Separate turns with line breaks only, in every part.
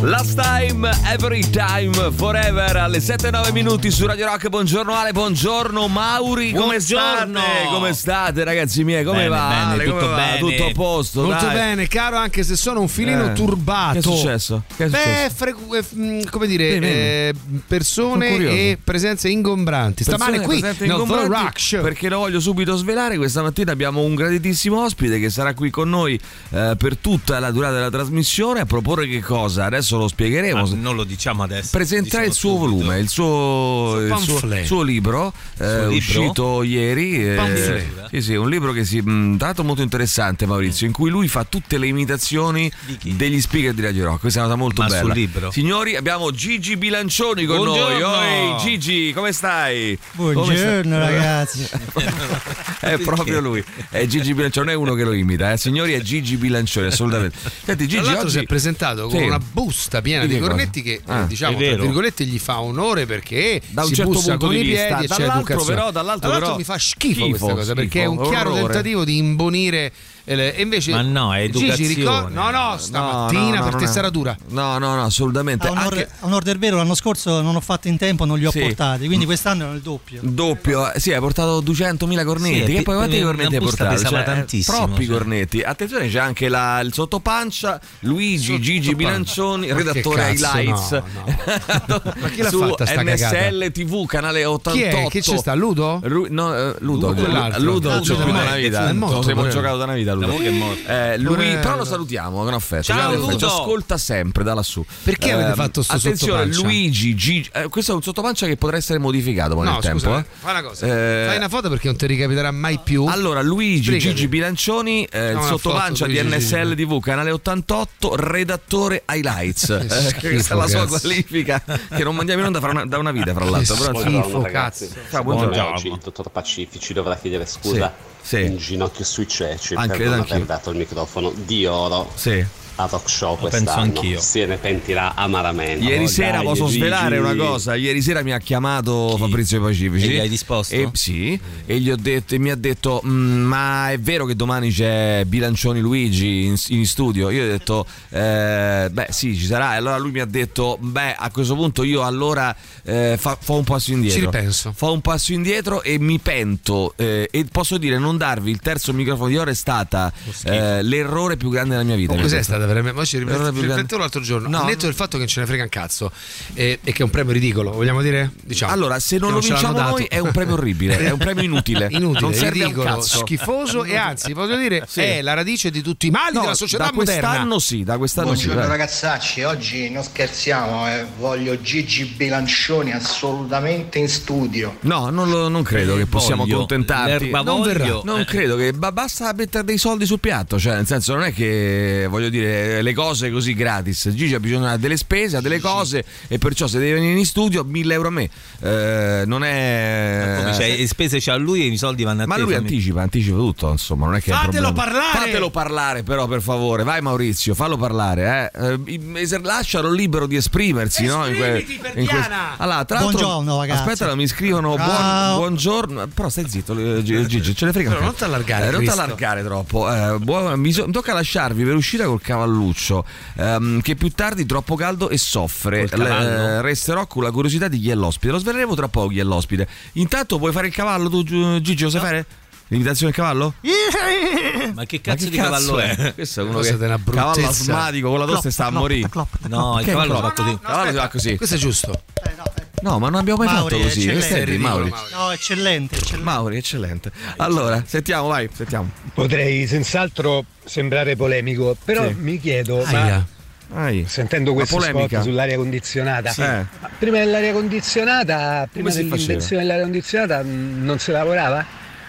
Last time, every time, forever alle 7-9 minuti su Radio Rock. Buongiorno Ale, buongiorno Mauri. Come
Buongiorno.
state? Come state, ragazzi miei? Come
Bene,
va?
bene,
Ale? Come
tutto
va?
bene.
Tutto a posto.
Molto
dai.
bene, caro, anche se sono un filino
Eh.
turbato.
Che è successo? Che è
Beh,
successo?
frequ- eh, mm, come dire,
Dimmi, dimmi.
eh, persone
Sono curioso.
e presenze ingombranti. Stamane
Persone
qui,
presenti
nel The
ingombranti,
Rock Show.
Perché lo voglio subito svelare. Questa mattina abbiamo un graditissimo ospite che sarà qui con noi eh, per tutta la durata della trasmissione. A proporre che cosa? Adesso lo spiegheremo.
Ma non lo diciamo adesso.
presenterà
lo diciamo
il suo
subito.
volume, il
Il
suo,
suo
il suo-
pamphlet.
suo libro, eh,
libro?
uscito ieri. eh,
Pamphlet.
sì, sì, un libro che si mh, tra l'altro molto interessante, Maurizio, in cui lui fa tutte le imitazioni
Di chi?
degli speaker di Radio Rock. Questa è una cosa molto
Ma
bella.
sul libro?
Signori, abbiamo Gigi Bilancioni con
Buongiorno.
noi. Oi, Gigi, come stai? Come stai?
Buongiorno ragazzi.
È proprio lui. È Gigi Bilancioni, non è uno che lo imita, eh. signori, è Gigi Bilancioni, assolutamente. Senti,
Tra
Gigi
l'altro
oggi
si è presentato con
Sì.
una busta piena
Dimmi
di
cosa.
cornetti che, eh,
Ah,
è
diciamo, tra
vero.
virgolette, gli fa onore perché
da un
si
certo
bussa
punto
con
di
i piedi
vista,
e c'è
dall'altro
educazione.
però, dall'altro
Tra l'altro
però
mi fa schifo
schifo,
questa cosa perché è un
schifo,
chiaro
orrore.
tentativo di imbonire eh, le- e invece
Ma no, è
Gigi
educazione.
no no stamattina per
no.
tessera dura
No, no, no, assolutamente.
A onor,
Eh, Anche
a onor del vero, l'anno scorso non ho fatto in tempo, non li ho
Sì.
portati, quindi quest'anno erano il doppio.
doppio, eh, sì, hai portato 200.000 cornetti.
Sì,
che
pi-
poi quanti
una
cornetti hai
busta
portato?
pesava tantissimo,
Troppi
cioè.
cornetti. Attenzione, c'è anche la- il sottopancia. Luigi Gigi Bilancioni,
Ma che
redattore ai
cazzo,
Lights.
no, Ma chi l'ha
Su
fatta sta
MSL TV, canale 88.
chi è che ci sta Ludo?
Lu- no, eh, Ludo,
Ludo è
Ludo,
l'altro.
Ludo
Ludo
non c'è più
ormai
da una
è
vita.
morto,
Lo siamo
poverello.
giocato da una vita. Ludo.
mo che è morto.
Eh, lui,
Poverello.
però lo salutiamo con affetto.
Ciao,
grande affetto.
Ludo.
Ci ascolta sempre da lassù. Ehm,
Perché avete fatto sto
Attenzione,
sottopancia?
Luigi, Gigi- eh, questo è un sottopancia che potrà essere modificato poi
No,
nel tempo.
scusa,
eh.
fai una cosa.
Eh,
fai una foto perché non ti ricapiterà mai più.
allora, Luigi
Spiegati.
Gigi Bilancioni, eh,
No, una
sottopancia
foto,
di
Luigi Gigi.
NSL TV, canale 88, redattore Highlights. Eh,
schifo,
questa è la sua
cazzo.
qualifica, che non mandiamo in onda fra una- da una vita, fra l'altro. però-
schifo, cazzo.
Ciao,
Buongiorno.
buongiorno.
Oggi il dottor Pacifici dovrà chiedere scusa
Sì, sì.
in ginocchio sui ceci
Anche-
per non
anch'io.
aver dato il microfono di oro
Sì.
a Rock Show
penso
quest'anno.
anch'io.
Se ne pentirà amaramente.
Ieri
Oh,
sera
dai,
posso
Gigi.
svelare una cosa. Ieri sera mi ha chiamato Fabrizio Pacifici.
E gli hai risposto?
E, sì, e gli ho detto, e mi ha detto: "Mm, Ma è vero che domani c'è Bilancioni Luigi in, in studio? Io ho detto: "Eh, Beh, sì, ci sarà. E allora lui mi ha detto: Beh, a questo punto io allora eh, fa- fo un passo indietro.
Ci ripenso.
Fa un passo indietro e mi pento. eh, e posso dire, non darvi il terzo microfono di ora è stata eh, l'errore più grande della mia vita.
Oh,
Mi ha
cos'è
detto.
stata veramente? Ma ci
Errore più grande.
riflettevo l'altro giorno.
No.
Al netto del fatto che non ce ne frega un cazzo eh, e che è un premio ridicolo, vogliamo dire? Diciamo.
Allora, se non, lo
ce l'hanno
vinciamo
dato.
noi è un premio orribile, è un premio inutile.
Inutile,
non serve a un
ridicolo,
cazzo.
schifoso e anzi, voglio dire,
Sì.
è la radice di tutti i mali
No,
della società
da quest'anno
moderna.
sì, da quest'anno
Buongiorno
sì. dai.
ragazzacci, oggi non scherziamo, eh. voglio Gigi Bilancioni assolutamente in studio.
No, non, lo- non credo che possiamo
Eh, Voglio,
accontentarti.
l'erba
Non,
voglio.
verrà. Non
Eh.
credo che ba- basta mettere dei soldi sul piatto, cioè nel senso non è che voglio dire le cose così gratis. Gigi ha bisogno delle spese, ha delle cose e perciò se deve venire in studio 1000 euro a me. Eh, non è
Come c'è, le spese c'ha lui Cioè, e i soldi vanno a
Eh. Ma
te.
lui
fammi-
anticipa, anticipa tutto, insomma, non è che è un
Fatelo
problema.
parlare!
Fatelo parlare però, per favore. Vai Maurizio, fallo parlare, eh. Eh, es- lascialo libero di esprimersi, no?
Esprimiti, per Diana!
Allora, tra l'altro
Buongiorno, ragazzi.
Aspetta, mi scrivono buon-
Ciao.
buongiorno, però stai zitto eh, G- Gigi, ce ne frega un
Però non
cazzo.
t'allargare,
Eh, non
Cristo.
t'allargare troppo. Eh, buo- mi so- tocca lasciarvi per uscire col cavalluccio ehm, che più tardi troppo caldo e soffre.
Col cavallo?
Le- eh, resterò con la curiosità di chi è l'ospite. Lo sveleremo tra poco chi è l'ospite. Intanto puoi fare il cavallo tu Gi- Gigi, lo sai fare? L'imitazione del cavallo?
Ma che
Ma
cazzo
che
di cavallo è?
Questo è uno
Cosa
che
di una
cavallo
bruttezza.
asmatico con la tosse sta a morire.
No, il
Che
cavallo
cosa?
fatto
No,
di.
no, no, Cavallo si fa così.
Questo è giusto.
No, ma non abbiamo mai
Mauri,
fatto così.
eccellente.
Questo è di Mauri.
Mauri.
No, eccellente, eccellente.
Mauri, eccellente. Allora, sentiamo, vai, sentiamo.
Potrei senz'altro sembrare polemico, però
Sì.
mi chiedo, ma
Aia.
Vai.
sentendo
La
questo
polemica.
spot sull'aria condizionata,
Sì.
ma prima dell'aria condizionata, prima
si faceva?
dell'invenzione dell'aria condizionata mh, non si lavorava?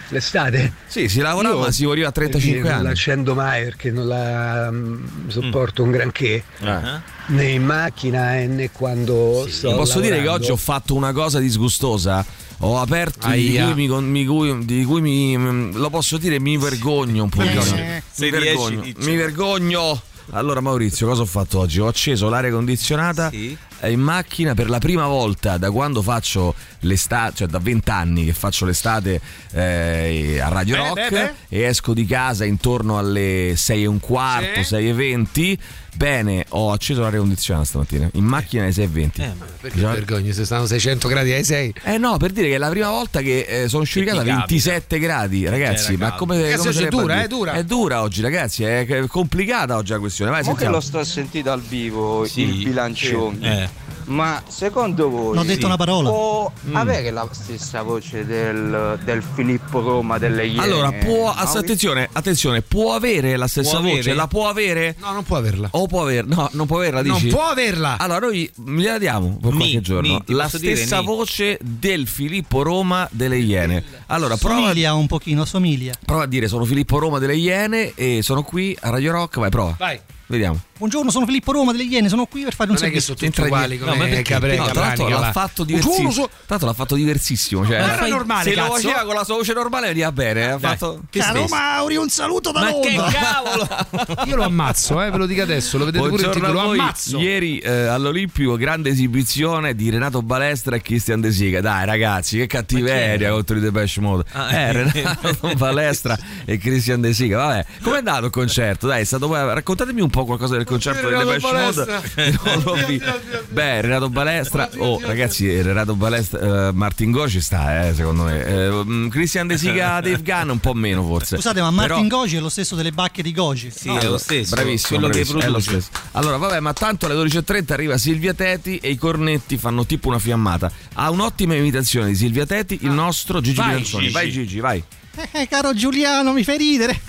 L'estate?
Sì, si lavorava,
Io,
ma si moriva a
per dire,
35
Non
anni.
l'accendo mai perché non la mh, sopporto un granché,
Ah.
Eh.
né in macchina eh, né quando sto
Posso dire che
lavorando.
oggi ho fatto una cosa disgustosa? Ho aperto di
Aia.
cui, mi, con- mi cui- di cui mi- mm, lo posso dire, mi vergogno un pochino.
Se
mi
riesci,
vergogno.
diccelo.
Mi vergogno. Allora Maurizio, cosa ho fatto oggi? Ho acceso l'aria condizionata
Sì.
eh, in macchina per la prima volta da quando faccio l'estate, cioè da vent'anni che faccio l'estate eh, a Radio
Beh,
Rock
beh,
e esco di casa intorno alle 6 e un quarto,
Sì.
6 e 20. Bene, ho acceso l'aria condizionata stamattina, in macchina alle 6 e 20.
Eh, ma
Perché vergogna, se stanno 600 gradi ai 6.
Eh no, per dire che è la prima volta che eh, sono sciuricato a
ti capita.
27 gradi, ragazzi.
Eh,
ma
ragazzi.
come,
Ragazzi,
come
oggi è
sarebbe a
dura,
dire?
è dura.
È dura oggi, ragazzi. È è complicata oggi la questione. Vai,
Mo che
sentiamo.
lo sto a sentire dal vivo
Sì,
il bilancione.
sì, eh.
Ma secondo voi
Non ho detto una parola.
può
Mm.
avere la stessa voce del, del Filippo Roma delle Iene?
Allora, può. ass-
Maurizio?
attenzione, attenzione, può avere la stessa
Può
voce?
avere?
La può avere?
No, non può averla.
O può averla? No, non può averla, dici?
non può averla.
Allora, noi gliela diamo per
Mi,
qualche giorno.
mi, ti
la
posso dire,
stessa
mi.
voce del Filippo Roma delle Iene. Allora, prova,
Somiglia Eh, un pochino, somiglia.
prova a dire: Sono Filippo Roma delle Iene e sono qui a Radio Rock. Vai, prova.
Vai.
Vediamo.
Buongiorno, sono Filippo Roma delle Iene, sono qui per fare un
Non è che
servizio.
sono tutti
Entra
uguali
niente.
come
No, ma perché?
Capre-
No, tra l'altro
Capranica,
l'ha
va.
fatto diversissimo.
Giuro,
Tra l'altro l'ha fatto diversissimo. Cioè,
Ma era normale,
se lo
cazzo.
faceva con la sua voce normale veniva bene. eh, Ha
Dai.
fatto.
Che
Caro
spesso.
Mauri, un saluto da
Ma che
Londra.
cavolo!
so- Io lo ammazzo, eh, ve lo dico adesso. Lo vedete pure il
Buongiorno a
titolo. Lo
voi.
ammazzo.
Ieri eh, all'Olimpico grande esibizione di Renato Balestra e Christian De Sica. Dai ragazzi, che cattiveria contro i Depeche Mode.
Ah,
eh,
eh.
Renato Balestra e Christian De Sica. Vabbè, com'è andato il concerto? Dai, è stato raccontatemi un po' qualcosa del concerto dei
Renato
Depeche Mode.
Balestra.
che non l'ho
Oddio,
visto.
oddio, oddio, oddio.
Beh, Renato Balestra, oh ragazzi, Renato Balestra, eh, Martin Gore ci sta, eh, secondo me. Eh, mm, Christian De Sica, Dave Gunn un po' meno forse.
Scusate, ma
Però-
Martin Goji è lo stesso delle bacche di Goji.
Sì, è lo stesso.
Bravissimo,
quello
bravissimo,
che
è lo
produce.
stesso. Allora, vabbè, ma tanto alle 12.30 arriva Silvia Teti e i cornetti fanno tipo una fiammata. Ha un'ottima imitazione di Silvia Teti, il nostro Gigi
Ah. Vai,
Bilancioni.
Gigi.
Vai Gigi, vai.
Eh, eh, caro Giuliano, mi fai ridere.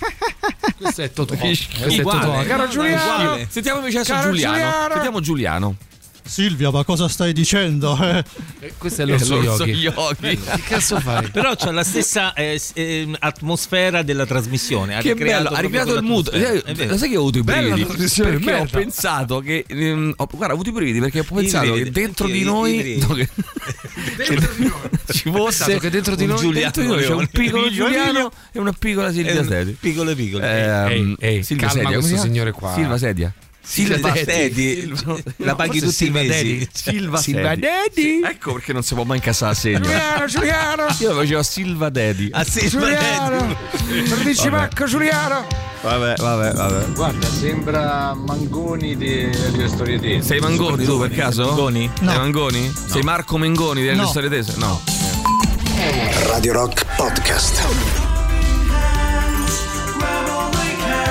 Questo è Totò.
Che
Questo
schifo.
è Totò.
Uguale.
Caro Giuliano.
Uguale.
Sentiamo invece adesso
Caro
Giuliano.
Giuliano.
Sentiamo Giuliano.
Silvia, ma cosa stai dicendo? Eh,
Eh, Questo è lo
L'orso
Yogi.
Yogi.
Che cazzo fai?
Però c'ha la stessa eh, s- ehm, atmosfera della trasmissione.
Che bello, ha
proprio
ricreato il mood.
quell'atmosfera.
Eh,
È vero.
Lo sai che ho avuto i
Bella
brividi?
trasmissione,
Perché ho
merda.
pensato che. ehm, ho- guarda, ho avuto i brividi perché ho pensato che
brividi,
dentro
anch'io,
di
i-
noi.
i brividi.
no, che- Ci fosse
pensato che dentro di
un
noi-
Giuliano,
dentro di noi
c'è un
un
piccolo
Emilio,
Giuliano
Emilio.
e una piccola Silvia Teti.
Piccole piccole.
Ehm,
Ehi, ehi,
Silva
calma questo
Sedia, come si chiama?
signore qua.
Silva Sedia. Silva
Teddy, la paghi
forse
tutti i
Silva
mesi.
Teddy.
Silva
Silva
Teddy.
Teddy.
Sì, Ecco perché non si può mai incassare la segna.
Giuliano, Giuliano.
Io facevo Silva Teddy.
Ah, sì, Teddy.
Giuliano. Non dici manco Giuliano.
Vabbè, vabbè, vabbè.
Guarda, sembra Mangoni di- delle storie tese.
Sei Mangoni tu per caso?
Mangoni?
Sei
No.
Mangoni? Sei Marco Mengoni delle
No.
storie tese? No.
Radio Rock Podcast.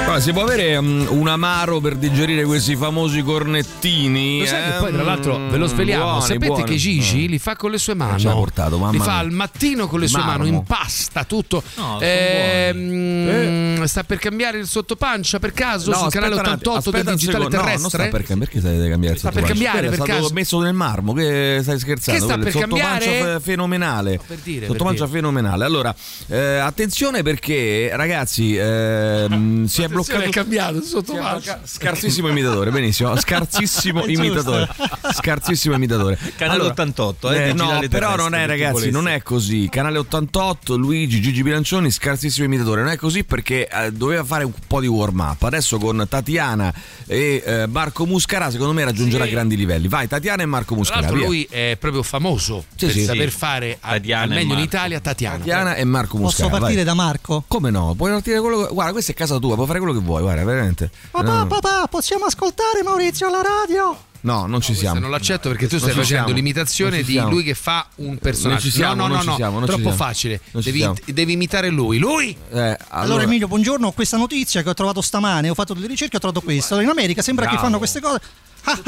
Allora, si può avere mm, un amaro per digerire questi famosi cornettini?
Lo sai che
eh?
poi, tra l'altro, ve lo sveliamo.
Buoni,
Sapete
buoni. Mm.
che Gigi li fa con le sue mani.
ci ha portato, mamma
Li fa
mia.
al mattino con le sue
Marmo.
mani, impasta tutto.
No, sono
Ehm, Sta per cambiare il sottopancia per caso sul
aspetta
canale
un attimo,
88 del
aspetta un
digitale
secondo.
terrestre.
No, non sta per cambiare. Perché stai cambiare?
Sta per cambiare,
Quello
per
è stato
caso.
messo nel marmo. Che stai scherzando?
Che sta
Quello è
per
sottopancia
cambiare?
fe- fenomenale.
per dire, per
Sottopancia
dire.
fenomenale. Allora, eh, attenzione perché, ragazzi, ehm, si è bloccato.
Attenzione, è cambiato il
si è
sottopancia.
bloccato- Scarsissimo imitatore, benissimo. Scarsissimo
giusto.
imitatore. Scarsissimo imitatore.
Canale 88, eh, del
no,
Girale
però
Terrestre,
non è,
per chi
ragazzi,
volesse.
non è così. Canale 88, Luigi, Gigi Bilancioni, scarsissimo imitatore. Non è così perché eh, doveva fare un po' di warm up. Adesso con Tatiana e eh, Marco Muscarà, secondo me raggiungerà
Sì.
grandi livelli. Vai, Tatiana e Marco
Tra
Muscarà.
l'altro,
via.
lui è proprio famoso
Sì,
per
sì.
saper
Sì.
fare a-
Tatiana
al
e
meglio in
Marco.
Italia Tatiana.
Tatiana e Marco
Posso
Muscarà. vai.
partire da Marco?
Come no? Puoi partire quello che... Guarda, questa è casa tua, puoi fare quello che vuoi, guarda, veramente.
Papà,
No,
papà, possiamo ascoltare Maurizio alla radio?
No, non ci
Questa
siamo.
Non l'accetto perché tu
Non
stai
ci
facendo
siamo.
l'imitazione
Non ci
di
siamo.
lui che fa un
Non
personaggio.
ci siamo,
no, no,
non
no,
ci
no,
siamo, non ci
troppo
siamo.
facile.
Non ci
Devi,
siamo.
devi imitare lui. Lui
Eh, allora,
Allora, Emilio, buongiorno. Ho questa notizia che ho trovato stamane. Ho fatto delle ricerche e ho trovato questo. Allora, in America sembra che
Bravo.
fanno queste cose. Ah,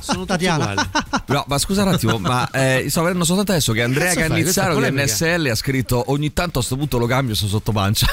sono tutti
Tatiana.
uguali.
No, ma scusa un attimo, ma eh, sto vedendo soltanto adesso che Andrea
cazzo fai? Questa è
Cannizzaro di
polemica.
NSL ha scritto ogni tanto a sto punto lo cambio sono sotto pancia.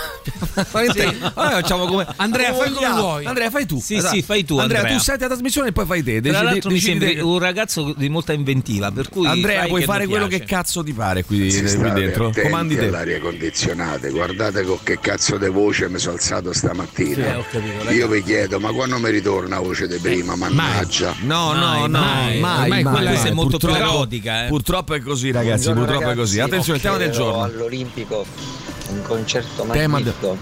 Veramente, Noi facciamo come
Andrea, fai come
vogliamo.
vuoi.
Andrea, fai tu.
Sì,
Allora,
sì, fai tu,
Andrea,
Andrea.
tu senti la trasmissione e poi fai te.
Tra
Decidi-
l'altro mi
decidi
sembri
te.
un ragazzo di molta inventiva, per cui
Andrea,
fai
puoi
che
fare
non
quello
piace.
che cazzo ti pare qui,
Si
qui
sta
dentro.
attenti
Comandi te.
all'aria condizionata, guardate con che cazzo di voce mi sono alzato
Eh,
stamattina.
ho capito,
Io vi chiedo, ma quando mi ritorna la voce di prima? Mannaggia.
No, no,
Mai,
no, mai,
mai.
mai,
Ormai quella
mai.
sei molto più
Purtroppo-
erotica, eh.
Purtroppo è così, ragazzi. purtroppo è così. Attenzione, tema del giorno.
All'Olimpico un concerto
Tema del-
magnifico.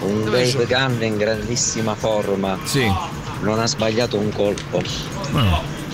Un
Dove
Dave
gioca?
Gunn in grandissima forma.
Sì.
Non ha sbagliato un colpo.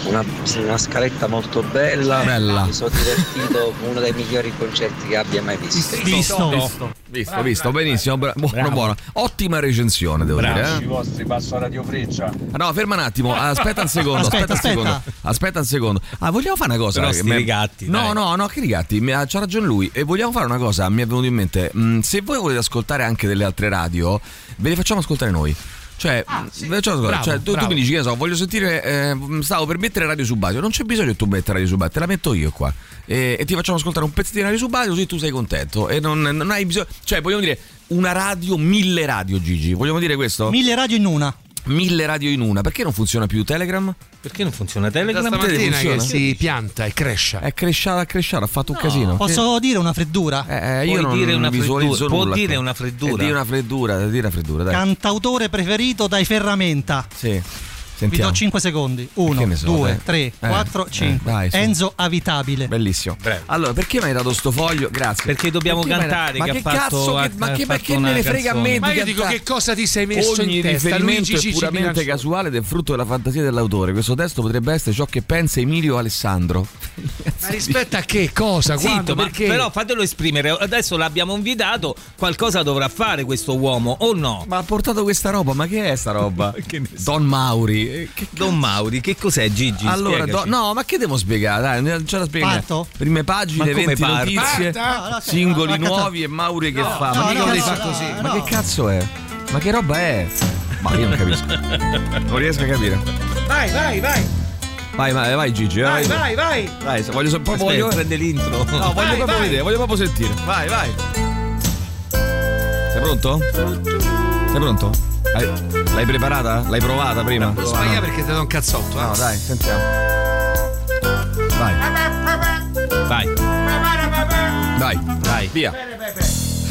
una, una scaletta molto bella.
Bella.
Mi sono divertito con uno dei migliori concerti che abbia mai visto.
visto, visto, visto, benissimo, bra- buono, buono. Ottima recensione, devo dire. eh.
vostri passo a Radio Freccia.
Ah, No, ferma un attimo, aspetta un secondo, aspetta,
Aspetta,
un
aspetta.
secondo. Aspetta un secondo. Ah, vogliamo fare una cosa?
Però
che
sti
mi-
rigatti,
No,
dai.
no, no, che rigatti, mi ha- c'ha ragione lui. E vogliamo fare una cosa, mi è venuto in mente. mm, se voi volete ascoltare anche delle altre radio, ve le facciamo ascoltare noi. Cioè,
Ah,
ve le facciamo ascoltare.
Bravo,
Cioè, tu, tu
bravo.
mi dici che ne so, voglio sentire. eh, stavo per mettere radio subasio. Non c'è bisogno che tu metta radio subasio, te la metto io qua. E, e ti facciamo ascoltare un pezzettino di radio subasio così tu sei contento. E non, non hai bisogno. Cioè, vogliamo dire una radio, mille radio, Gigi. Vogliamo dire questo?
Mille radio in una.
Mille radio in una, perché non funziona più Telegram?
Perché non funziona
Da
Telegram?
stamattina che
funziona?
si pianta e cresce.
È cresciata, cresciata, ha fatto un casino.
Posso dire una freddura?
Eh, io
Puoi
non
dire una
visualizzo
freddura, può
nulla
dire
qui.
una freddura.
Eh, dire una freddura, dire una freddura, dai.
Cantautore preferito dai Ferramenta.
sì.
Vi
Sentiamo.
do 5 secondi.
Che ne
1,
so,
2,
dai.
3,
Eh,
4,
eh,
5.
dai, su.
Enzo Avitabile.
Bellissimo. Allora, perché mi hai dato sto foglio? Grazie.
Perché dobbiamo
mi hai-
cantare,
Ma
che
che,
ha fatto-
cazzo?
ha-
che- ma
ha
che,
fatto
perché
una
me ne frega a me?
canzone.
di
Ma io dico
cantare?
che cosa ti sei messo
Ogni
in testa?
riferimento
Luigi
è
Cicci
puramente
Bilancioni.
casuale ed è frutto della fantasia dell'autore. Questo testo potrebbe essere ciò che pensa Emilio Alessandro.
Ma rispetto a che cosa? Quando?
Zitto, ma
perché?
però fatelo esprimere. Adesso l'abbiamo invitato, qualcosa dovrà fare questo uomo o no?
Ma ha portato questa roba, ma che è sta roba? Don Mauri. eh, Che
Don Mauri, che cos'è Gigi?
Allora, do-
Spiegaci.
no, ma che devo spiegare? Dai, non ce la spieghiamo.
Parto?
Prime
Ma
pagine,
come
20
parto?
notizie, Ah,
Parta? Ah, No, no, sì,
singoli
ma- ma-
nuovi e Mauri che fa.
no,
ma che
no,
cosa
no,
fa
no,
così?
no.
ma che cazzo è? Ma che roba è? Ma io non capisco. non riesco a capire.
Vai, vai, vai.
Vai, vai, vai Gigi. Vai,
Vai, vai.
Vai, se- voglio, so- proprio,
Aspetta,
voglio,
prende l'intro.
no, voglio
vai,
proprio
vai.
vedere, voglio proprio sentire. Vai, vai. Sei pronto? Sei pronto? Hai- L'hai preparata? L'hai provata prima?
Non sbaglia perché ti do un cazzotto. eh.
No, dai, sentiamo. Vai,
Vai,
vai,
vai.
via.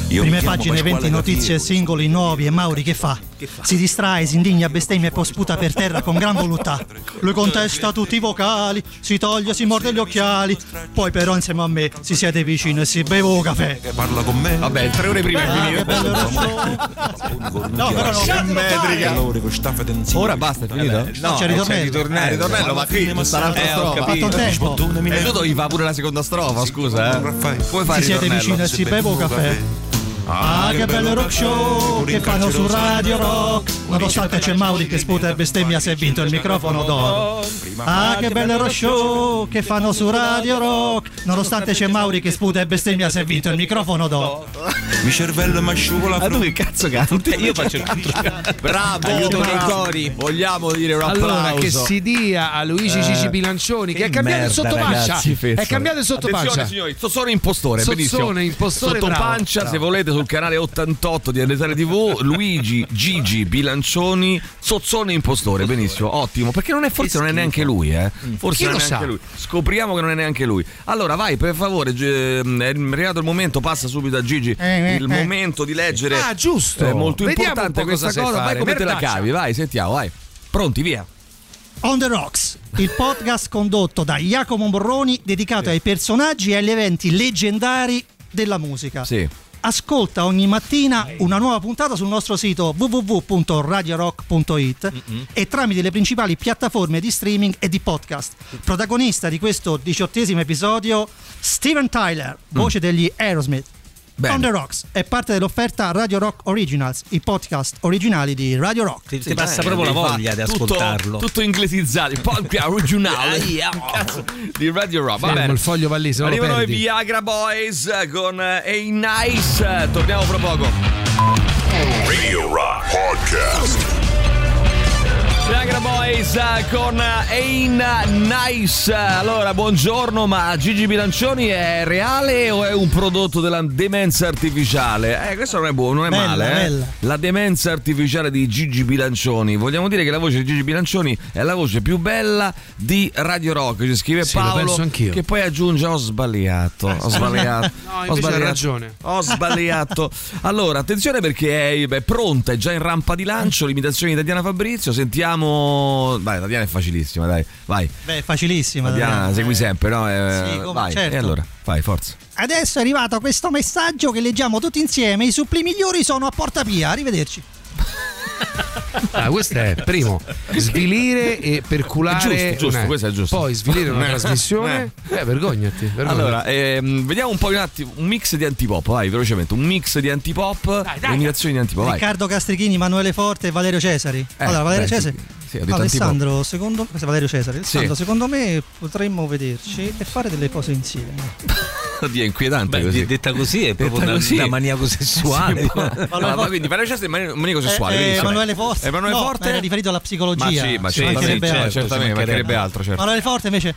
Prime pagine, 20 notizie, singoli nuovi e Mauri che fa? Si distrae, si indigna, bestemmia e poi sputa per terra con gran voluttà. Lui contesta tutti i vocali, si toglie, si morde gli occhiali. Poi però insieme a me si siede vicino e si beve un caffè.
Parla con me.
Vabbè, tre ore prima è
Ah, che
finito.
bello il show. No, però no.
Ora basta, è finito?
No, c'è il ritornello.
Eh, ritornello, ma qui sarà l'altra
Eh, ho
strofa.
fatto il tempo.
E tu devi fare pure la seconda strofa, scusa, eh. Come fai
Si
il
siede
ritornello?
vicino e si beve un caffè. Ah, che bello il rock show che fanno su Radio Rock. Nonostante c'è Mauri che sputa e bestemmia, si è vinto il microfono d'oro. Ah, che bello il rock show che fanno su Radio Rock. Nonostante c'è Mauri che sputa e bestemmia, si è vinto il microfono d'oro.
Mi cervello mi asciugola. Eh,
Ma tu che cazzo canti?
Io faccio il canto.
Bravo,
Aiuto nei
bravo.
cori.
Vogliamo dire un applauso. Eh.
Allora, che si dia a Luigi Cicci Bilancioni che ha cambiato il sottopancia. È cambiato il
Attenzione,
sottopancia.
signori, Sozzone impostore,
Sozzone,
benissimo.
impostore,
Sottopancia,
bravo.
se volete, sul canale 88 di Andesare TV, Luigi Gigi Bilancioni, Sozzone impostore, benissimo, ottimo. Perché non è, forse non è neanche lui, eh. Forse
Mm. Chi
non
lo
è
sa?
neanche lui. Scopriamo che non è neanche lui. Allora, vai, per favore, G- è arrivato il momento, passa subito a Gigi
eh,
il
eh.
momento di leggere.
Ah, giusto.
È molto
Vediamo un
importante
po' cosa
questa
sai
cosa. Vai
fare.
come te la
Merdaccia.
cavi, vai, sentiamo, vai. Pronti, via.
On the Rocks, il podcast condotto da Jacopo Borroni dedicato ai personaggi e agli eventi leggendari della musica.
Sì.
Ascolta ogni mattina una nuova puntata sul nostro sito www.radiorock.it e tramite le principali piattaforme di streaming e di podcast. Protagonista di questo diciottesimo episodio, Steven Tyler, voce degli Aerosmith.
Mm. Bene.
On the Rocks è parte dell'offerta Radio Rock Originals, i podcast originali di Radio Rock.
Ti, ti passa proprio la voglia di
Tutto-
ascoltarlo.
Tutto inglesizzato, il podcast originale
Ahia.
cazzo, di Radio Rock. Va
Fermo,
bene.
il foglio va lì, se no lo
Arrivano i
perdi.
Viagra Boys eh, con eh, Hey Nice. eh, Torniamo fra poco.
Radio Rock Podcast.
Viagra Boys eh, con Ein Nice. Allora, buongiorno, ma Gigi Bilancioni è reale o è un prodotto della demenza artificiale? Eh, questo non è buono, non è
Bella,
male. eh.
bella.
La demenza artificiale di Gigi Bilancioni. Vogliamo dire che la voce di Gigi Bilancioni è la voce più bella di Radio Rock. Ci scrive
Sì, lo
Paolo,
penso anch'io. Eh,
che poi aggiunge: Ho sbagliato. Ho sbagliato.
No, invece
ho
ha
sbagliato.
ragione.
Ho sbagliato. Allora, attenzione perché è, è pronta, è già in rampa di lancio l'imitazione di Tatiana Fabrizio. Sentiamo. Vai, Tatiana è facilissima, dai. Vai.
Beh, facilissima.
Tatiana,
dai.
segui sempre, no? Eh,
Sì, come-
vai.
certo.
E allora, vai, forza.
Adesso è arrivato questo messaggio che leggiamo tutti insieme. I suppli migliori sono a Porta Pia. Arrivederci.
Ah, questo è primo, svilire e perculare.
Giusto, giusto,
una-
questo è giusto.
Poi svilire una
Eh.
trasmissione. Eh, vergognati. vergognati.
Allora, ehm, vediamo un po' un attimo. Un mix di antipop, vai velocemente. Un mix di antipop, imitazioni di antipop. Vai.
Riccardo Castrichini, Manuele Forte e Valerio Cesari.
Eh,
allora, Valerio
beh,
Cesari.
sì, sì, ho detto
Alessandro, secondo, questo è Valerio Cesari.
Sì.
Alessandro, secondo me potremmo vederci e fare delle cose insieme.
Oddio, è inquietante
Beh,
così.
di- detta così è proprio una- una maniaco sessuale.
Sì, ma- allora, ma quindi Valerio Cesare è mani- maniaco sessuale.
Eh, eh,
benissimo.
Emanuele Forte.
Emanuele
no,
Forte?
Era riferito alla psicologia.
Ma sì, ma
Ci
sì,
mancherebbe
sì,
altro.
certo, ci mancherebbe altro, certo.
Emanuele Forte invece.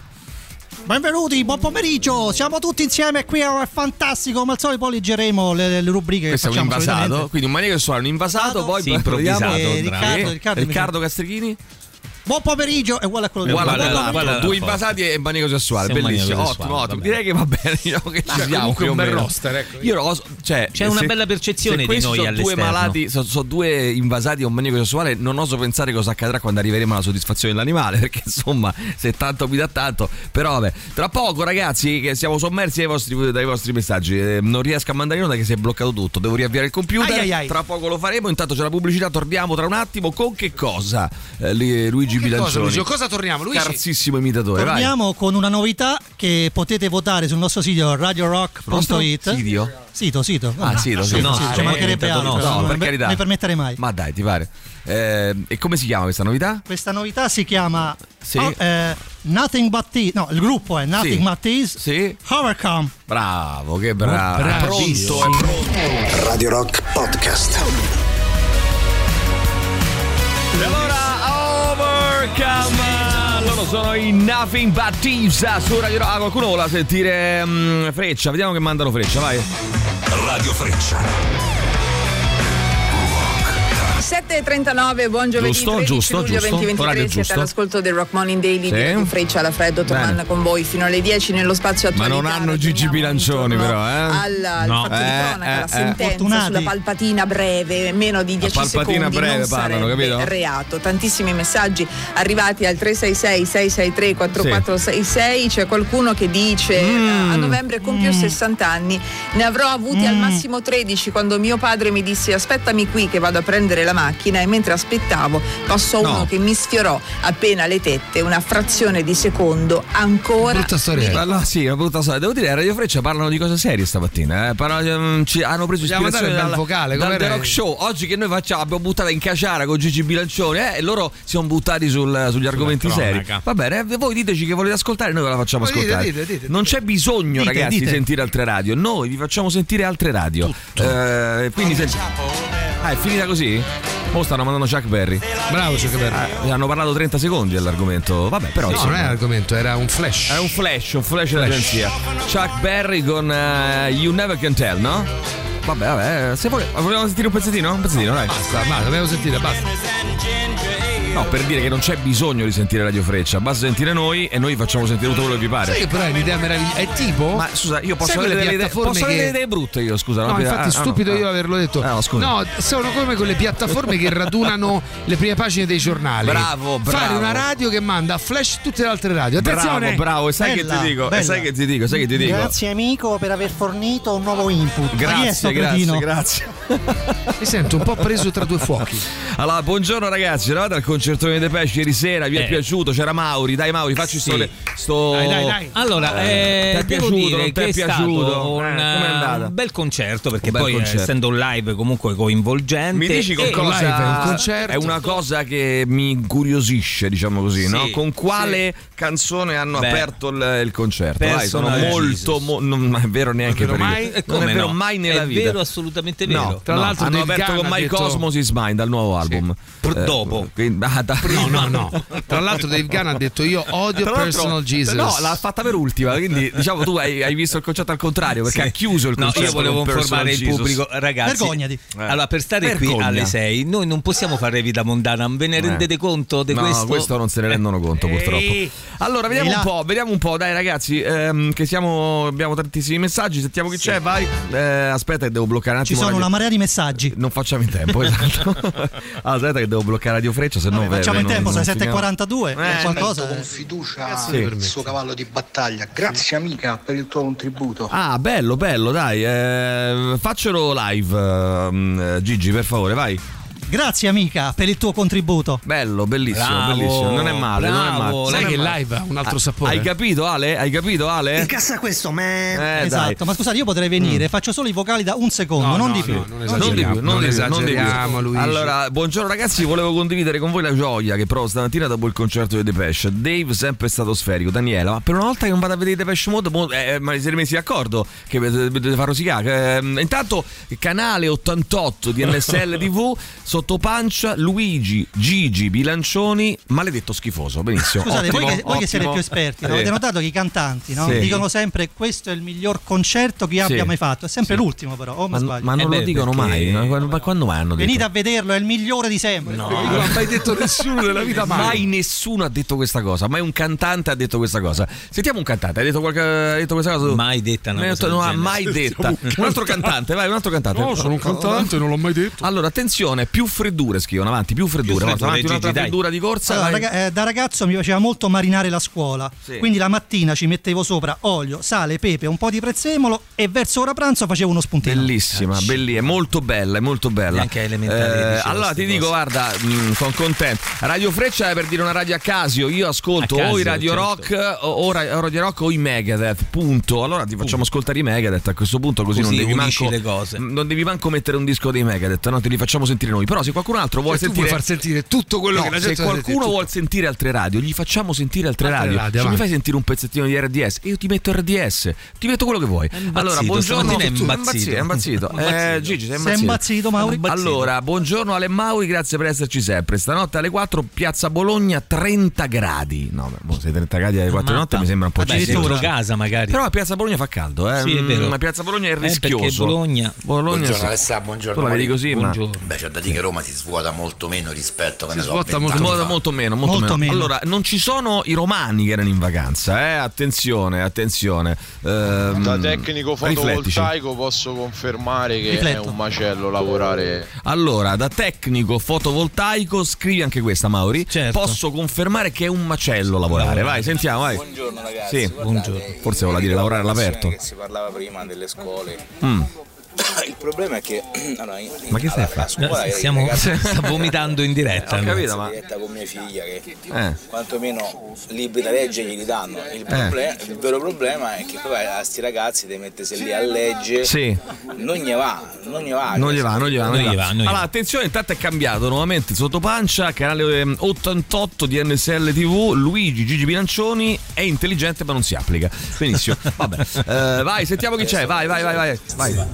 Benvenuti, buon pomeriggio. Siamo tutti insieme qui, è fantastico. Come al solito poi leggeremo le, le rubriche
Questo è
che
un
facciamo
invasato,
solitamente.
quindi un maniaco sessuale, un invasato, poi
Sì, improvvisato,
vediamo-
Eh, Riccardo,
Eh,
Riccardo, Riccardo, mi
Riccardo Castrichini.
Buon pomeriggio è uguale a quello di
Guarda,
Buon
guarda,
pomeriggio.
guarda, due invasati e maniaco sessuale,
Sei un
bellissimo,
maniaco
ottimo,
sessuale, Ah,
ottimo.
va
Direi che va bene, diciamo che ci
Ma
siamo
comunque
più o
un bel
meno.
roster, ecco.
Io lo so, cioè,
C'è una
se-
bella percezione
se
di
questi
noi
sono due
all'esterno.
malati, sono due invasati e un maniaco sessuale, non oso pensare cosa accadrà quando arriveremo alla soddisfazione dell'animale, perché insomma, se tanto mi dà tanto, però vabbè, tra poco ragazzi che siamo sommersi dai vostri, dai vostri messaggi, Eh, non riesco a mandare in onda che si è bloccato tutto, devo riavviare il computer,
Ai, ai, ai.
tra poco lo faremo, intanto c'è la pubblicità, torniamo tra un attimo con che cosa? Eh, lì, Luigi Bilancioni.
Cosa, Luigi? Cosa torniamo, Luigi?
Scarsissimo imitatore, vai.
Torniamo con una novità che potete votare sul nostro sito radiorock.it.
Nostro sito?
Sito, sito.
Ah, sì, lo so.
Sito, sito, ci mancherebbe altro.
No,
Non
per
me-
carità.
mi permetterei mai.
Ma dai, ti pare. Eh, e come si chiama questa novità?
Questa novità si chiama
Sì.
oh, eh, Nothing But Tease. No, il gruppo è Nothing
Sì.
But Tease.
Sì.
Overcome.
Bravo, che bravo. È pronto, è pronto.
Radio Rock Podcast.
eh. E allora, overcome. Loro sono i Nothing But Thieves ah, su Radio Rock. Ah, qualcuno vuole sentire mm, Freccia? Vediamo che mandano Freccia, vai.
Radio Freccia.
7.39, buon giovedì
Giusto,
13
giusto,
luglio
giusto.
2023,
Orario
siete
giusto.
all'ascolto del Rock Morning Daily
Sì.
di Freccia alla Freddo Toman
Bene.
con voi fino alle 10 nello spazio
Ma
attualità
non hanno Gigi Bilancioni, però, eh?
alla, al fatto di cronaca, la sentenza
Fortunati.
sulla palpatina breve, meno di 10
palpatina
secondi
breve
non
parlano,
sarebbe
capito?
reato. Tantissimi messaggi arrivati al 366 663 4466, c'è qualcuno che dice
Mm.
"Eh, a novembre compio 60 anni, ne avrò avuti al massimo 13 quando mio padre mi disse aspettami qui che vado a prendere la macchina e mentre aspettavo passò
No.
uno che mi sfiorò appena le tette, una frazione di secondo ancora
eh.
mi-
Ma no, sì, una brutta storia. Devo dire, a Radio Freccia parlano di cose serie stamattina. eh. Parlano di- mm, ci- hanno preso
Vogliamo
ispirazione
dare un bel
dal,
vocale,
dal
com'era?
The Rock Show. Oggi che noi facciamo, abbiamo buttato in caciara con Gigi Bilancione eh, e loro si sono buttati sul- sugli argomenti
cronaca.
seri. Va bene, eh, voi diteci che volete ascoltare, noi ve la facciamo
Voi dite,
ascoltare.
dite, dite,
non c'è bisogno,
Dite,
ragazzi,
dite.
di sentire altre radio. Noi vi facciamo sentire altre radio. Eh, quindi senti- Ah, è finita così? Mo stanno mandando Chuck Berry.
Bravo, Chuck Berry.
Eh, hanno parlato 30 secondi all'argomento. Vabbè, però
No, non
insomma.
è l'argomento, era un flash.
Era un flash, un flash dell'agenzia. Chuck Berry con eh, You Never Can Tell, no? Vabbè, vabbè, eh, se vuole, vogliamo sentire un pezzettino? Un pezzettino, dai.
Basta, basta, dobbiamo sentire, basta.
No, per dire che non c'è bisogno di sentire Radio Freccia, basta sentire noi e noi facciamo sentire tutto quello che vi
Sai
pare.
che però è un'idea meravigliosa. È tipo.
Ma scusa, io posso
Sai
avere
quelle
delle idee,
piattaforme
posso avere
che-
delle idee brutte io, scusa.
No,
non-
infatti
ah,
stupido
ah, no,
io
ah.
averlo detto.
Ah, no, scusa.
No, sono come quelle piattaforme che radunano le prime pagine dei giornali.
Bravo,
Fare
bravo.
una radio che manda a flash tutte le altre radio. Attenzione!
Bravo, bravo, e sai
Bella,
che ti dico, e
bella.
sai che ti dico, sai che ti dico.
Grazie amico per aver fornito un nuovo input. Ma chi è sto
Grazie,
cretino?
grazie, grazie.
Eh, Mi sento un po' preso tra due fuochi.
Allora, buongiorno ragazzi, eravate al concertone dei Pesci ieri sera, vi è
Eh.
piaciuto? C'era Mauri, dai Mauri, facci sto, sto...
Dai, dai, dai.
Allora,
Eh,
eh,
t'è
devo
piaciuto,
dire
non t'è
che è
piaciuto?
stato un,
Eh, com'è andata?
un bel concerto perché
Un bel
poi eh,
concerto.
essendo un live comunque coinvolgente eh,
Mi dici con
e-
cosa
live, un concerto.
è una cosa che mi incuriosisce, diciamo così,
Sì,
no? Con quale canzone hanno
Beh.
aperto il, il concerto? Dai, sono
Persona
molto mo- non è vero neanche
Non è vero
per
mai?
niente.
E come
non è vero
no?
mai nella
È
vita.
vero, assolutamente vero.
No,
Tra
no,
l'altro
hanno
Dave
aperto
Gunn
con
ha
My
detto-
Cosmos is Mine dal nuovo album. Eh,
Pr- dopo.
quindi- ah, da-
No, no, no. Tra l'altro, Dave Gunn ha detto: Io odio
Tra l'altro-
Personal Jesus.
No, l'ha fatta per ultima, quindi diciamo tu hai, hai visto il concerto al contrario perché
Sì.
ha chiuso il
No,
concerto.
io volevo
con Personal
informare il
Jesus.
pubblico, ragazzi.
Vergognati.
Eh.
Allora, per stare qui
Vergogna. Eh.
alle 6, noi non possiamo fare vita mondana. Ve ne rendete conto di
no,
questo?
non se ne rendono conto purtroppo. Allora, vediamo
Ehi
un
là.
po', vediamo un po', dai ragazzi, ehm, che siamo abbiamo tantissimi messaggi, sentiamo chi c'è, vai. Eh, aspetta che devo bloccare un
Ci
attimo.
sono
Radio-
una marea di messaggi.
Non facciamo in tempo, esatto. Ah, aspetta che devo bloccare Radio Freccia, se no
Vabbè, facciamo in
non-
tempo,
non
sono le
finiamo.
7.42. è qualcosa.
Eh, Con fiducia
Sì.
il suo cavallo di battaglia. Grazie amica per il tuo contributo.
Ah, bello, bello, dai. eh, faccelo live, ehm, Gigi, per favore, vai.
Grazie amica per il tuo contributo.
Bello, bellissimo, bellissimo. Non è male, non è male.
Sai
Non è
che
male.
live ha un altro
Ah,
sapore.
Hai capito Ale? Hai capito Ale?
Incassa questo, man.
Eh, dai. Mm.
esatto, ma scusate, io potrei venire, faccio solo i vocali da un secondo, non di più.
Non di più, non, di più, non di più.
esageriamo, Luigi.
Allora, buongiorno ragazzi, volevo condividere con voi la gioia che provo stamattina dopo il concerto dei Depeche. Dave sempre è stato sferico, Daniela, ma per una volta che non vado a vedere i Depeche Mode, mo- eh, ma vi siete messi d'accordo che dovete far rosicare. Eh, intanto canale 88 di NSL TV sotto pancia Luigi Gigi Bilancioni, maledetto schifoso. Benissimo.
Scusate,
ottimo,
voi, che, voi che siete
ottimo.
più esperti, no?
Eh.
avete notato che i cantanti no?
Sì.
dicono sempre questo è il miglior concerto che io abbia
Sì.
mai fatto, è sempre
Sì.
l'ultimo però, o mi
Ma,
sbaglio.
ma Eh non lo dicono mai, ma quando, ma quando mai hanno detto?
Venite a vederlo, è il migliore di sempre.
Non l'ha mai detto nessuno
della vita, mai.
nessuno ha detto questa cosa. Mai un cantante ha detto questa cosa. Sentiamo un cantante. Hai detto, qualche, hai detto questa cosa? Mai detta.
una cosa del
non ha
genere.
mai detta.
Sentiamo
Un altro cantante, vai, un altro cantante.
No, sono un cantante,
non l'ho mai detto. Allora, attenzione, più freddure scrivono avanti, più freddure. Avanti,
freddure,
avanti, un'altra
Gigi, dai.
freddura di corsa.
Allora,
vai.
raga- eh, da ragazzo mi piaceva molto marinare la scuola,
Sì.
quindi la mattina ci mettevo sopra olio, sale, pepe, un po' di prezzemolo e verso ora pranzo facevo uno spuntino.
Bellissima, bellissima, è molto bella, è molto bella.
Neanche a elementari dicevo ste
Eh, allora ti
cose.
dico, guarda, mh, sono contento. Radio Freccia è per dire una radio a casio. Io ascolto
A casio,
o i Radio
certo.
Rock o, o Ra- o Radio Rock o i Megadeth. Punto. Allora ti facciamo ascoltare i Megadeth a questo punto, così,
Così
non devi
unisci
manco
le cose.
mh, Non devi manco mettere un disco dei Megadeth, no, te li facciamo sentire noi. Però se qualcun altro vuole
Cioè, tu
sentire
vuoi far sentire tutto quello
No,
che la gente
se
vuole
qualcuno
sentire,
vuol sentire altre radio, gli facciamo sentire altre,
Altre
radio.
radio,
Cioè, mi
avanti.
fai sentire un pezzettino di RDS e io ti metto RDS, ti metto quello che vuoi. Allora, buongiorno
stamattina è
Tu-
imbazzito.
È imbazzito. Eh, Gigi, sei
Sei
imbazzito.
imbazzito, Mauri?
Allora, buongiorno Ale Mauri, grazie per esserci sempre. Stanotte alle 4 Piazza Bologna 30 gradi. No, beh, boh, se 30 gradi alle 4 di notte mi sembra un po'
Vabbè,
eccessivo.
dentro casa magari.
Però a Piazza Bologna fa caldo, eh.
Sì, è vero.
Ma Piazza Bologna è
Eh, perché
rischioso.
Bologna-
Bologna sì.
buongiorno Alessà, buongiorno.
Tu la vedi
Mauri.
così, ma
Beh, c'è da dire che Roma si svuota molto meno rispetto che
Si
ne so,
svuota molto,
20 anni
molto,
fa.
molto meno, molto,
Molto
meno.
meno.
Allora, non ci sono i romani che erano in vacanza, eh? Attenzione, attenzione. Ehm,
Da tecnico
riflettici.
fotovoltaico posso confermare che
Rifletto.
è un macello lavorare.
Allora, da tecnico fotovoltaico, scrivi anche questa, Mauri. Posso confermare che è un macello lavorare. Vai, sentiamo, vai.
Buongiorno ragazzi.
Sì,
Guardate, eh,
Forse vuol dire lavorare all'aperto.
Che si parlava prima delle scuole.
Mm.
Il problema è che allora, in-
Ma che stai a
alla-
fare?
alla scuola,
Stiamo-
i ragazzi-
sta vomitando in diretta.
Ho capito,
Sì.
ma diretta con mia figlia che
Eh.
quantomeno libri da legge gli danno.
Eh.
Il, proble- il vero problema è che poi a sti ragazzi devi mettersi lì a leggere.
Sì.
Non gli va, non gli va.
Non gli va, non gli va, non gli va.
Allora,
Allora, attenzione, intanto è cambiato nuovamente sottopancia, canale ehm, 88 di NSL TV, Luigi Gigi Bilancioni è intelligente ma non si applica. Benissimo, vabbè. Eh, vai, sentiamo chi c'è, vai, vai, vai, vai. vai.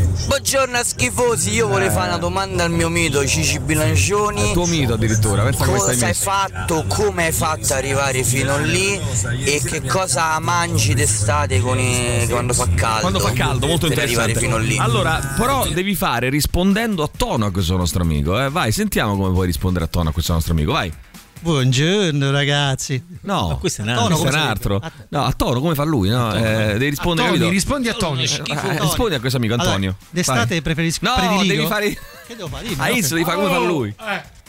Buongiorno a schifosi, io volevo fare una domanda al mio mito Cici Bilancioni.
Tuo mito addirittura, pensa come stai
Cosa hai
messo.
fatto? Come hai fatto ad arrivare fino lì? E che cosa mangi d'estate con i- quando fa caldo?
Quando fa caldo, molto
per arrivare
interessante.
fino lì.
Allora, però devi fare rispondendo a tono a questo nostro amico. eh. Vai, sentiamo come puoi rispondere a tono a questo nostro amico, vai.
Buongiorno ragazzi.
No, è Questo
questo
è un altro. No, a tono come fa lui, no? Eh, devi rispondere
Tony,
capito?
rispondi a Tony.
Eh,
Schifo,
eh,
Tony.
rispondi a questo amico
Allora,
Antonio.
d'estate
Vai.
preferisco
No,
prediligo?
devi fare
Che devo fare? Dimmi,
A Izzo devi fare come fa
Oh,
lui.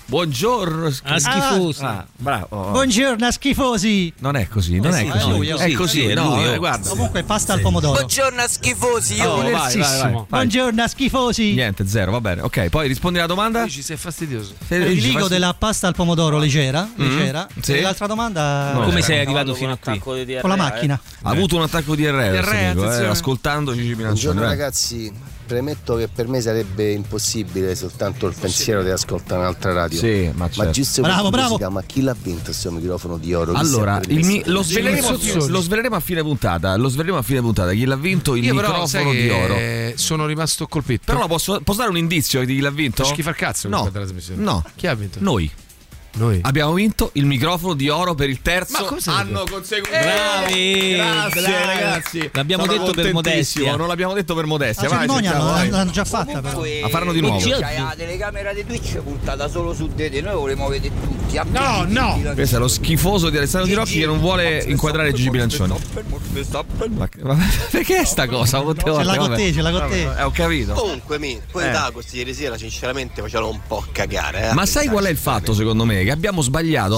Buongiorno,
Ah, schifoso.
Ah, bravo. oh.
Buongiorno a schifosi.
Non è così, non
Eh
è
sì,
così.
è lui, è
è
lui.
così,
Sì, è
no,
lui,
eh,
oh.
guarda.
Comunque pasta al pomodoro.
Buongiorno a schifosi, io
Oh, vai,
volevo
vai, vai, vai.
Buongiorno a schifosi.
Niente, zero, va bene. Ok, poi rispondi alla domanda.
Dici, sei fastidioso.
Prediligo della pasta al pomodoro leggera,
Mm,
leggera.
sì.
E l'altra domanda
No,
Come
eh.
sei arrivato fino a qui?
con la macchina.
Ha avuto un attacco di RR, questo
Diarrea,
amico, eh,
attenzione.
ascoltando Gigi Bilancioni.
Buongiorno
vai.
ragazzi, premetto che per me sarebbe impossibile soltanto il pensiero di ascoltare un'altra radio.
Sì, ma certo.
giusto
Bravo,
per
bravo.
curiosità, ma chi l'ha vinto questo microfono di oro? Chi
Allora,
si è
il mi-
permesso?
lo, sveleremo a fine, lo sveleremo a fine puntata. Lo sveleremo a fine puntata. Chi l'ha vinto? Il
Io però,
microfono
sai
di
che
oro.
Sono rimasto colpito.
Però posso, posso dare un indizio di chi l'ha vinto?
Fa schifo al cazzo
no.
questa trasmissione.
No.
Chi ha vinto?
Noi.
Noi.
Abbiamo vinto il microfono di oro per il terzo
Ma come sei
anno
d'accordo?
consecutivo.
Bravi,
Eh, Grazie
bravi.
ragazzi.
L'abbiamo
Sono
detto per
contentissimo,
modestia.
Non l'abbiamo detto per modestia.
La
Vai,
cerimonia
sentiamo,
l'hanno,
vai.
l'hanno già fatta però.
Eh,
La faranno di nuovo.
C'hai la telecamera di Twitch puntata solo su te, noi volevamo vedere tutti. A
No, no.
Questo è lo schifoso di Alessandro Di Rocchi che non vuole inquadrare Gigi Bilancioni. Ma, ma- perché è sta cosa? Molte volte,
l'ha con
vabbè.
te, ce l'ha con te.
Vabbè, eh, Ho capito.
Comunque, mi, poi
Eh.
D'Agosti ieri sera, sinceramente, facevano un po' cagare. eh, a
Ma sai
pensarci.
qual è il fatto secondo me? che abbiamo sbagliato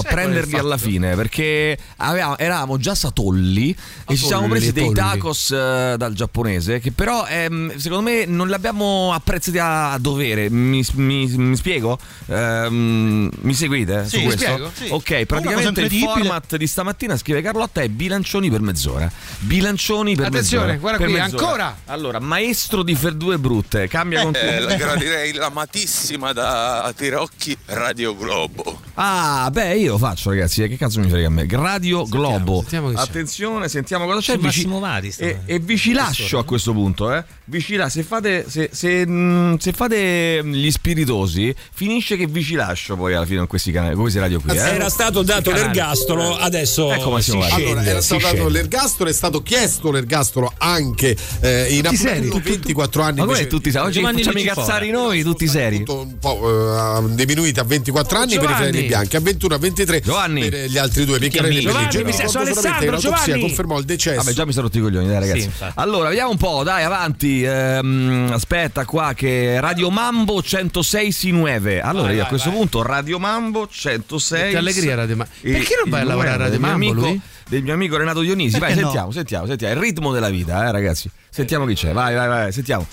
Sai
a
qual è il
prenderli alla
fatto?
fine perché avevamo- eravamo già satolli e ci siamo
Satolli,
presi dei
tolli.
tacos eh, dal giapponese che però ehm, secondo me non li abbiamo apprezzati a, a dovere. Mi, mi- mi spiego? Ehm, mi seguite?
Sì,
su
mi
questo?
spiego, sì.
Ok,
Una cosa
praticamente il
incredibile.
format di stamattina scrive Carlotta è bilancioni per mezz'ora. Bilancioni per
Attenzione,
mezz'ora.
guarda
per
qui,
mezz'ora.
ancora!
Allora, maestro di Ferdue Brutte, cambia con
Eh, la, gra- direi l'amatissima da Tirocchi Radio Globo.
Ah, beh, io lo faccio, ragazzi. eh, Che cazzo mi frega a me? Radio Globo. Attenzione, sentiamo cosa c'è.
C'è
vi ci-
Massimo Vari, sta-
e, e vi ci lascio a questo punto, eh. Vi ci la- se, fate, se, se, mh, se fate mh, gli spiritosi, finisce che vi ci lascio poi alla fine con questi canali, con questi radio qui. Eh.
Era stato dato
Canali.
l'ergastolo, adesso
Ecco Massimo
si
Vari.
scende.
Allora, era
si
stato dato
scende.
l'ergastolo, è stato chiesto l'ergastolo anche eh, in
Tutti seri.
appello 24 anni.
Ma come
invece-
tutti seri? Oggi Giovanni facciamo i Lucifora. cazzari noi, tutti seri.
Un po', eh, diminuiti a 24
Oh,
anni per i
Giovanni.
freni bianchi, a 21 a 23
Giovanni.
per gli altri due. Piccarelli
Giovanni,
e Pellegrini.
mi sa-
Ricordo
sono
solamente che
Alessandro,
l'autopsia
Giovanni.
confermò il decesso.
Vabbè, già mi sono rotti i coglioni, dai, ragazzi.
Sì, infatti.
allora, vediamo un po', dai, avanti. Ehm, aspetta qua che Radio Mambo 106 si 9. Allora,
Vai,
io a
vai,
questo punto Radio Mambo 106.
Che allegria Radio Mambo. Perché non vai a lavorare a Radio Mambo, lui?
Del mio amico Renato Dionisi. Vai,
Perché no?
sentiamo, sentiamo, sentiamo. Il ritmo della vita, eh, ragazzi. Sentiamo chi c'è. Vai, vai, vai, sentiamo.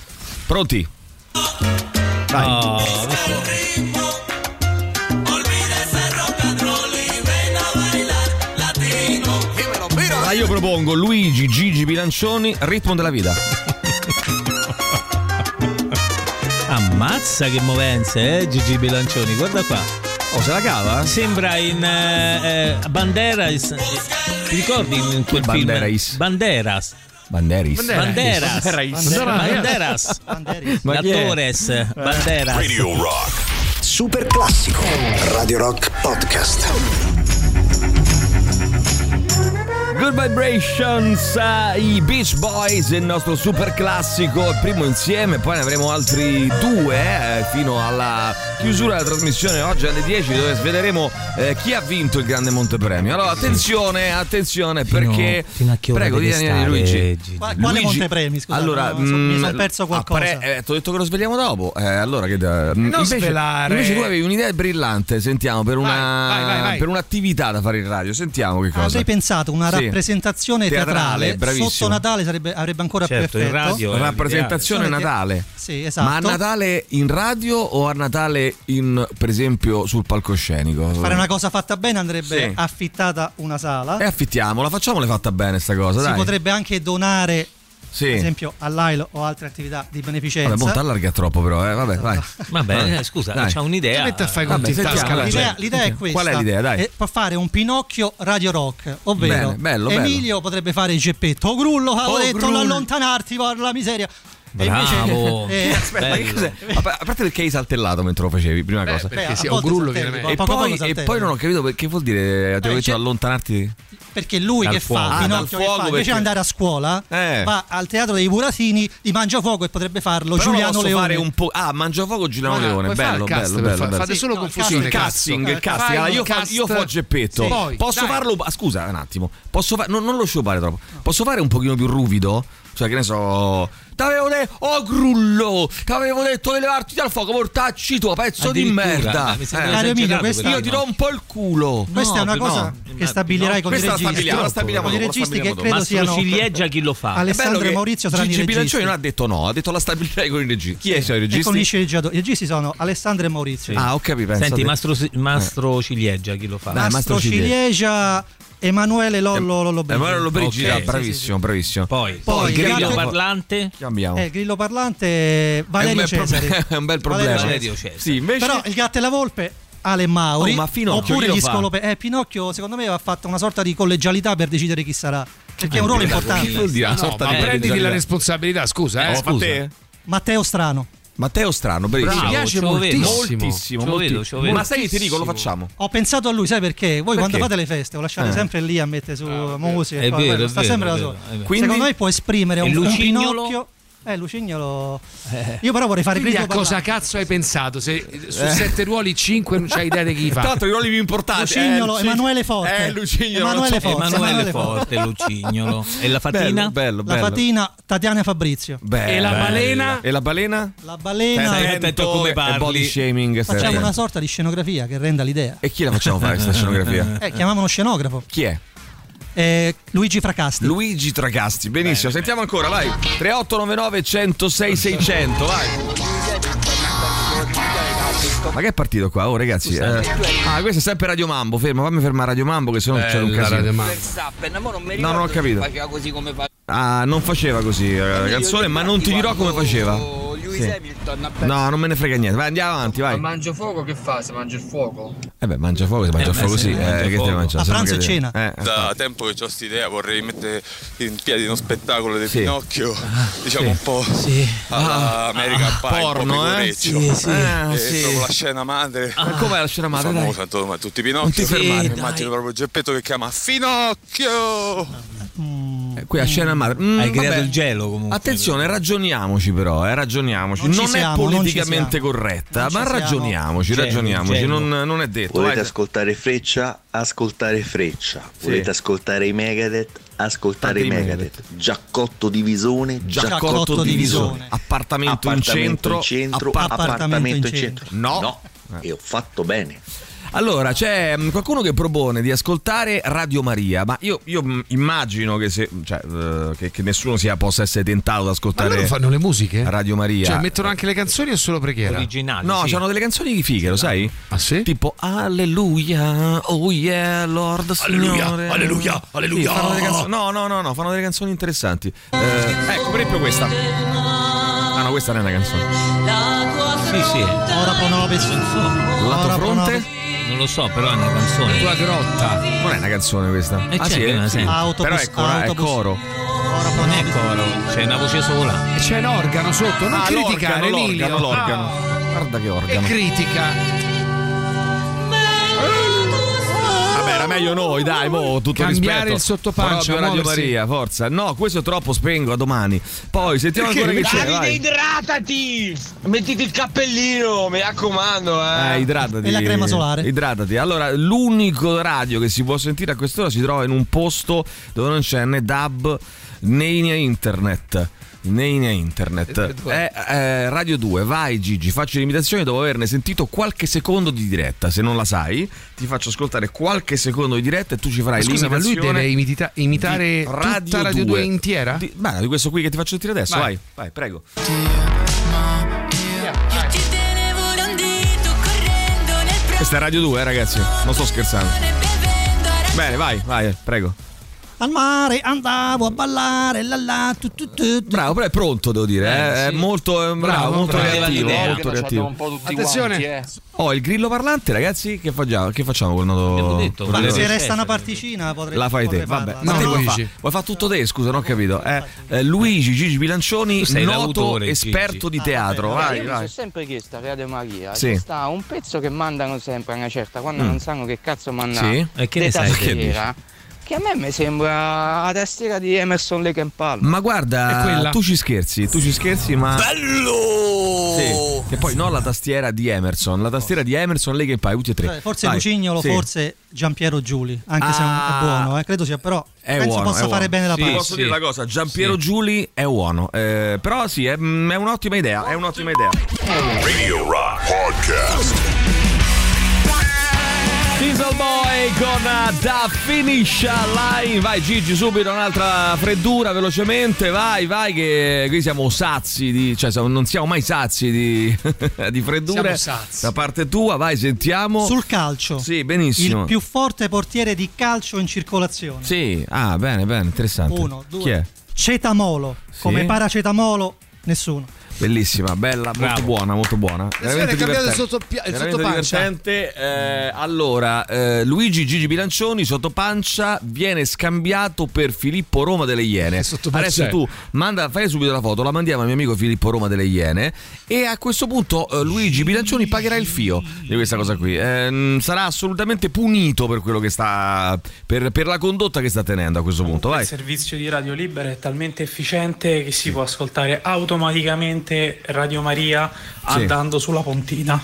Pronti? Vai. Ah, io propongo Luigi Gigi Bilancioni, ritmo della vita.
Ammazza che movenze, eh, Gigi Bilancioni, guarda qua.
Oh, se la cava?
Sembra in eh, eh, Banderas. eh, Ti ricordi in quel film?
Banderais.
Banderas.
Banderis.
Banderas.
Banderas.
Banderas.
Ma chi è?
L'attores. Banderas.
Radio Rock.
Super classico. Radio Rock Podcast.
Good Vibrations, eh, i Beach Boys, il nostro super classico, il primo insieme, poi ne avremo altri due eh, fino alla chiusura della trasmissione oggi alle 10 dove sveleremo eh, chi ha vinto il grande Montepremio. Allora attenzione, attenzione perché...
fino a che ora
Prego,
devi
di Daniele
stare,
Luigi.
Gigi?
Qua- quale Montepremi, scusa,
Allora,
no, mi son- mi
mm,
son perso
a
qualcosa.
eh, ti ho detto che lo svegliamo dopo. Eh, allora che... da- mm,
Non svelare.
invece tu avevi un'idea brillante, sentiamo, per, una-
vai, vai, Ah, vai.
per un'attività da fare in radio. Sentiamo che cosa.
Avrei pensato una
Sì.
rappresentazione
Teatrale,
teatrale,
bravissimo.
sotto Natale sarebbe, avrebbe ancora
Certo,
più
in
effetto.
radio è Rappresentazione l'ideale. Natale.
Sì, esatto.
Ma a Natale in radio o a Natale in, per esempio sul palcoscenico?
Fare una cosa fatta bene andrebbe
Sì.
affittata una sala.
E affittiamola, facciamole fatta bene sta cosa,
si
dai.
potrebbe anche donare,
Sì.
per esempio, all'AILO o altre attività di beneficenza.
Vabbè, boh, t'allarga troppo però, eh. Vabbè, vai.
Esatto.
Vabbè,
Vabbè.
eh, scusa,
Ah, Dai.
c'ha un'idea. Ti metti a fare i
Vabbè,
conti in
sentiamo,
tasca alla
dai.
gente.
L'idea, l'idea è questa.
Qual è l'idea, dai?
Eh, può fare un Pinocchio radio rock, ovvero
Bene, bello, bello.
Emilio potrebbe fare il geppetto. Oh grullo, avevo
Oh,
detto,
Grullo.
non allontanarti, porca la miseria. E
Bravo.
invece- eh,
Aspetta, ma che cos'è? A par- a parte perché hai saltellato mentre lo facevi, prima cosa.
perché beh, sì, a un volte grullo saltelli, viene meglio.
E
poco a poco
poi, e
saltelli.
poi non ho capito che vuol dire, ti
Eh,
ho detto
c'è-
allontanarti.
perché lui
Dal
che
fuoco. Ah,
fa, Pinocchio
dal
che
fuoco
fa, invece
perché-
di andare a scuola,
Eh.
va al teatro dei Buratini, di Mangiafuoco e potrebbe farlo
Però lo
Giuliano
posso
Leone.
fare un po'. Ah, Mangiafuoco Giuliano
Guarda,
Leone.
puoi fare
Bello,
il cast,
bello,
per
bello,
fa-
bello.
fate solo
No, il
confusione.
il casting, il casting.
Fai
Allora,
un
io, fa-
cast.
io fo Geppetto.
Sì. Poi,
posso
dai.
farlo. ah, Scusa un attimo, posso fa- non, non lo sciupare troppo. Posso fare un pochino più ruvido? Cioè, che ne so. T'avevo detto, oh grullo, t'avevo detto di levarti dal fuoco, mortacci tu, pezzo di
Addirittura,
merda.
eh, mi sembra
esagerato, Emilio, questa-
io ti rompo il culo.
Questa
No,
è una
no.
cosa che stabilirai con i
Questa la
registi.
stabiliamo, la stabiliamo
con i
dopo, la
registi che
stabiliamo dopo.
credo
Ma
siano
solo ciliegia chi lo fa?
Alessandro
È bello
e
che
Maurizio saranno
Gigi
i registi.
Bilancioni non ha detto no, ha detto la stabilirai con i registi. Chi è i suoi
E con gli
registi?
sceneggiatori. I registi sono Alessandro e Maurizio.
Ah, ho capito. pensa
Senti,
te.
Mastro, Mastro Ciliegia chi lo fa?
Dai, Mastro
Mastro Ciliegia, Emanuele Lollo Lollo Brigida.
Emanuele Lollobrigida,
Ok, sì,
bravissimo, bravissimo.
Poi,
Poi,
il grillo
Leonardo-
parlante.
Cambiamo.
Eh, Grillo Parlante, Valerio
è, un bel
Cesare.
problema, è un bel problema.
Valerio Cesare.
Sì, invece
Però il gatto e la volpe, Ale e Mauri.
Oh, ma Finocchio chi
oppure
lo
gli
fa?
scolope. Eh, Pinocchio, secondo me, ha fatto una sorta di collegialità per decidere chi sarà. Perché è un ruolo importante.
Che Eh, vuol dire? Una
No,
sorta
ma eh,
di
prenditi la
solidarietà.
responsabilità, scusa, eh.
Oh,
scusa.
Matteo?
Matteo Strano.
Matteo Strano, bravissimo.
Bravo, Mi piace ce lo vedo. moltissimo.
Moltissimo,
Ce lo vedo,
molti-
ce lo vedo.
Ma sai che ti dico, lo facciamo.
Ho pensato a lui, sai perché? Voi quando
Perché?
fate le feste, lo lasciate
Eh.
sempre lì
Ah,
a mettere su musica.
È
e poi
vero,
quello
è
sta
vero,
sempre
è
da
vero,
solo.
è vero.
Quindi-
Secondo me può esprimere
E
un, un
Lucignolo?
Pinocchio. Eh, Lucignolo.
Eh.
Io però vorrei fare
Quindi
critico
a cosa
parlante.
cazzo hai pensato? Se su
Eh.
sette ruoli, cinque non c'hai idea di chi fa.
Tra l'altro, i ruoli più importanti.
Lucignolo,
eh, Luci-
Emanuele Forte.
eh, Lucignolo,
Emanuele
non so-
Forte.
Emanuele
Forte, Lucignolo. E la fatina?
Bello, bello,
La
bello. Eh,
fatina, Tatiana Fabrizio.
Bello. E la balena?
La balena.
Stai attento come parli. Body shaming. stai
Facciamo
attento.
una sorta di scenografia che renda l'idea.
E chi la facciamo fare questa scenografia?
Eh, chiamiamo uno scenografo.
Chi è?
Eh, Luigi Fracasti.
Luigi Tragasti, benissimo, sentiamo ancora, vai. 3899 106 600, vai. Ma che è partito qua? Oh ragazzi, eh. ah, questo è sempre Radio Mambo, ferma, fammi fermare Radio Mambo che sennò c'è un
Bella
casino.
Radio Mambo.
Verstappen, ma non mi
No,
ricordo
non ho capito.
se faceva così come fa
Ah, non faceva così eh, la canzone, ma non ti dirò come faceva.
Lewis
Sì.
Hamilton.
No, non me ne frega niente, vai andiamo avanti, vai.
Mangio fuoco che fa? Si mangia il fuoco?
Eh beh, mangia fuoco, si mangia
Eh,
fuoco
beh, sì,
così,
mangia
eh, che
fuoco.
te mangia?
A
Sennò
pranzo
che
e
te-
cena.
Eh, eh.
Da tempo che ho sta idea vorrei mettere in piedi uno spettacolo di Pinocchio, diciamo
sì. Ah,
un po' alla American Pie,
porno,
un po'
eh?
pecoreccio.
Sì, sì.
E
Eh, sì.
proprio la scena madre.
Ma com'è la scena madre,
Famosa,
dai?
insomma, tutti i
Non ti
Pinocchio.
fermare.
Immagino proprio Geppetto che chiama Finocchio.
Eh, Qui a scena madre. Mm,
Hai creato
vabbè.
il gelo comunque.
Attenzione, ragioniamoci però, eh, ragioniamoci.
Non
Non,
ci
è
siamo, non ci
politicamente
siamo.
corretta,
Non ci
ma
siamo.
ragioniamoci,
Gelo,
ragioniamoci.
gelo.
Non, non è detto.
Volete
vai.
ascoltare Freccia? Ascoltare Freccia.
Sì.
Volete ascoltare i Megadeth? Ascoltare i
Ascoltate i
Megadeth. Giaccotto di Visone,
Giaccotto di Visone. Appartamento in centro, appart-
appartamento in centro.
No.
E ho fatto bene.
Allora, c'è mh, qualcuno che propone di ascoltare Radio Maria, ma io, io, mh, immagino che, se- cioè, eh, che- che nessuno sia, possa essere tentato ad
Ma
ascoltare
loro fanno le musiche?
Radio Maria.
Cioè, mettono anche le canzoni o solo preghiera? Originali.
No, c'hanno delle canzoni fighe, lo sai?
Ah sì?
Tipo Alleluia, oh yeah, Lord
Alleluia,
Signore.
alleluia, alleluia.
Sì, fanno delle canzoni- no, no, no, no, fanno delle canzoni interessanti. Eh, ecco, per esempio questa. Ah no, questa non è una canzone. Sì, sì.
Ora Ponovis.
Lato
Ora
fronte?
Ponovis.
Non lo so, però è una canzone. Tua grotta. Non è una canzone questa.
Eh,
ah
c'è
sì,
che
eh,
non la
sì.
sento.
Però
Autobus, Ah,
è, cora- è
autobus.
coro.
Non è coro, c'è una voce sola.
E c'è l'organo sotto, non
Ah,
criticare
l'organo,
Emilio.
l'organo, l'organo. Guarda che
Ah, e
organo.
critica.
Vabbè, era meglio noi, dai, mo, tutto
Cambiare
rispetto.
il sottopancia,
Proprio Radio
muoversi.
Maria, forza. No, questo è troppo, spengo a domani. Poi sentiamo ancora che c'è,
Davide,
vai.
idratati! Mettiti il cappellino, mi raccomando, eh.
Eh, idratati. Idratati. Allora, l'unico radio che si può sentire a quest'ora si trova in un posto dove non c'è né DAB né linea internet. Né linea internet. Eh, eh, radio 2, vai Gigi, faccio l'imitazione dopo averne sentito qualche secondo di diretta. Se non la sai, ti faccio ascoltare qualche secondo di diretta e tu ci
Ma
farai
Scusa, ma lui
l'imitazione.
deve imita- imitare
di Radio
tutta Radio 2
2.
intera?
Di, beh, di questo qui che ti faccio sentire adesso,
Vai.
vai, vai prego. Questa è Radio 2, eh, ragazzi. Non sto scherzando. Bene, vai, vai, prego.
Al mare andavo a ballare, la la, tu tu tu.
Eh, Bravo, però è pronto, devo dire. eh. È molto eh, bravo,
Bravo,
molto
bravo.
reattivo.
Idea.
molto
Che
reattivo.
facciamo un po' tutti Attenzione. quanti,
Oh, il grillo parlante, ragazzi. Che, facciamo- che facciamo col nodo?
detto,
col
Ma
nodo-
se resta una particina potrei
La fai te,
potrei farla.
vabbè. Ma te vuoi fa, vuoi fa tutto te, scusa, non ho capito. Eh, eh, Luigi Gigi Bilancioni,
Tu sei
noto
l'autore, Gigi.
esperto
Ah,
di teatro.
Eh, Io
Vai,
mi
vai.
sono sempre chiesto a Radio Maria
Sì.
ci sta un pezzo che mandano sempre a una certa quando
Mm.
non sanno che cazzo mandano
Sì. E che ne
De
sai? Perché
tastiera, che a me mi sembra la tastiera di Emerson Lake and Palmer
Ma guarda, Eh, tu ci scherzi, tu ci scherzi, ma.
bello
Sì, che poi no la tastiera di Emerson, la tastiera di Emerson, lei che fai, tutti e tre.
Cioè, forse
Vai.
Lucignolo,
Sì.
forse Giampiero Giuli, anche se
Ah.
è buono, eh, credo sia, però
È
penso
buono,
possa
è
fare
buono.
bene la
Sì,
parte.
Posso dire una cosa, Giampiero Giuli è buono, eh, però sì, è, mm, è un'ottima idea, è un'ottima idea.
Radio Rock Podcast.
Diesel Boy con eh, Da Finiscia Line, vai Gigi subito un'altra freddura velocemente, vai vai che qui siamo sazi di, cioè siamo- non siamo mai sazi di, di freddure.
Siamo sazi.
Da parte tua, vai sentiamo.
Sul calcio.
Sì, benissimo.
Il più forte portiere di calcio in circolazione.
Sì, ah bene bene, interessante.
Uno, due.
Chi è?
Cetamolo. Come paracetamolo, nessuno.
Bellissima, bella, molto buona, molto buona. Veramente
è cambiato il
divertente.
sottopia- il
Veramente
sottopancia.
divertente. Eh, allora, eh, Luigi Gigi Bilancioni sottopancia viene scambiato per Filippo Roma delle Iene.
sottopancia
Adesso
è?
tu manda, fai subito la foto, la mandiamo al mio amico Filippo Roma delle Iene e a questo punto eh, Luigi Bilancioni pagherà il fio di questa cosa qui. Eh, mm, sarà assolutamente punito per quello che sta per, per la condotta che sta tenendo a questo punto, vai.
Il servizio di Radio Libera è talmente efficiente che si può ascoltare automaticamente Radio Maria andando sulla pontina.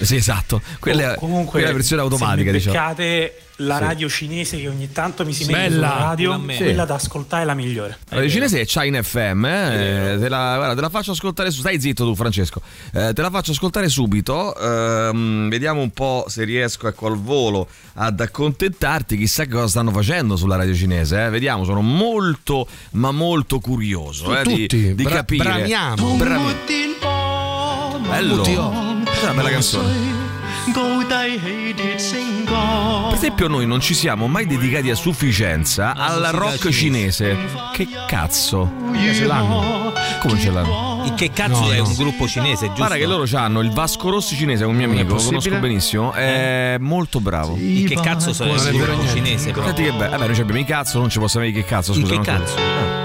Sì, esatto. Quella,
O
è- quella è la versione automatica,
se mi
diciamo.
beccate la
Sì.
radio cinese che ogni tanto mi si
Sì.
mette
Bella.
sulla radio,
Pure a me.
quella
Sì.
da ascoltare è la migliore.
La cinese è China FM, eh, te, la, guarda, te la faccio ascoltare su. Stai zitto tu, Francesco. Eh, te la faccio ascoltare subito. ehm, vediamo un po' se riesco ecco, al volo ad accontentarti. Chissà che cosa stanno facendo sulla radio cinese. eh. Vediamo, sono molto, ma molto curioso eh, di- di,
Tutti, bra-
capire.
bramiamo. oh.
Brami- Bello. Questa è una bella canzone. Per esempio, noi non ci siamo mai dedicati a sufficienza al
musica
rock
cinese.
cinese. Che cazzo? Ce l'hanno? Come ce l'hanno?
Il che cazzo
No,
è
no.
un gruppo cinese, giusto?
Guarda che loro hanno il Vasco Rossi cinese, un mio
Non è
amico, lo conosco
possibile?
benissimo, è molto bravo.
Il che cazzo sono il gruppo cinese? però.
Senti che bello, vabbè noi ci abbiamo i cazzo, non ci possiamo dire che cazzo,
Il
scusa.
che
non
cazzo?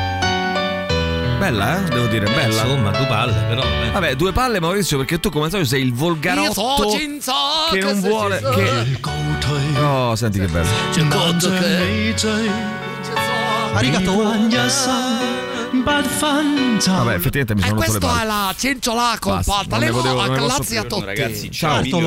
quello. Bella, eh? Devo dire, bella.
Insomma, due palle, però. eh.
Vabbè, due palle Maurizio, perché tu come al solito sei il volgarotto che non vuole... Che... Oh, senti che bello. Vabbè, effettivamente mi sono rotto le palle.
la cinciola
Basta, non ne potevo- non ne posso più.
Ragazzi,
Ciao,
ciao, Emilio,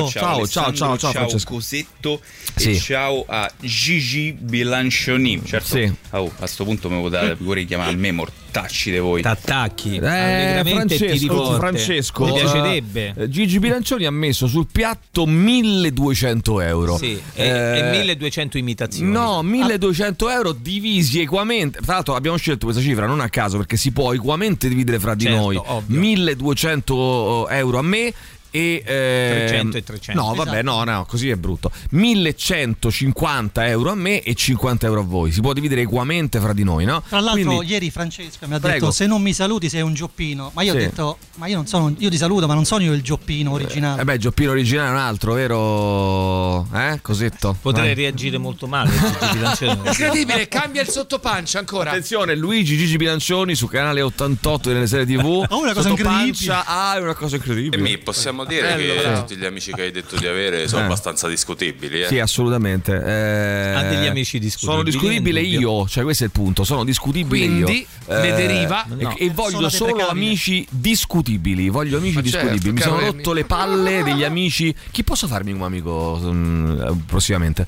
ciao,
Bartolo. Ciao,
ciao, ciao, ciao,
Francesco.
Cosetto e
Sì.
ciao a Gigi Bilancioni. Certo, oh, a sto punto mi potete
Mm.
pure chiamare a me mortacci di voi.
T'attacchi
allegramente e
Eh, Francesco,
tiri forte.
Francesco,
Mi
eh,
piacerebbe.
Gigi Bilancioni ha messo sul piatto 1200 euro.
Sì, e,
Eh,
e 1200 imitazioni.
No, 1200 euro divisi equamente. Tra l'altro, abbiamo scelto questa cifra non a caso perché si può equamente dividere fra di
Certo,
noi. 1200 euro a me. E, eh,
300 e Esatto. 300.
No, vabbè, no, no, così è brutto. 1150 euro a me e 50 euro a voi. Si può dividere equamente fra di noi, no?
Tra l'altro,
Quindi-
ieri Francesca mi ha
Prego.
detto: Se non mi saluti, sei un gioppino. Ma io
Sì.
ho detto: Ma io non sono. Io ti saluto, ma non sono io il gioppino originale.
Eh beh, Gioppino originale è un altro, vero? Eh, cosetto.
Potrei
Vai.
reagire molto male.
Ecco
Incredibile, cambia il sottopancia ancora.
Attenzione, Luigi Gigi Bilancioni su canale 88 delle serie TV.
Oh, una cosa
Sotto
incredibile.
pancia, ah, è una cosa incredibile.
E Eh, mi possiamo dire
Bello,
che
bravo.
tutti gli amici che hai detto di avere sono
Eh.
abbastanza discutibili. Eh?
Sì, assolutamente. Eh,
Ha degli amici
Sono
discutibili,
discutibile
non dubbio.
io, cioè questo è il punto, sono discutibile
Quindi,
io. Eh,
ne deriva-
e-
no.
e, voglio
Sono
solo
deprecabili.
amici discutibili, voglio amici
Ma certo,
discutibili. Mi sono
caro
rotto le palle degli amici. Chi posso farmi un amico mm, prossimamente?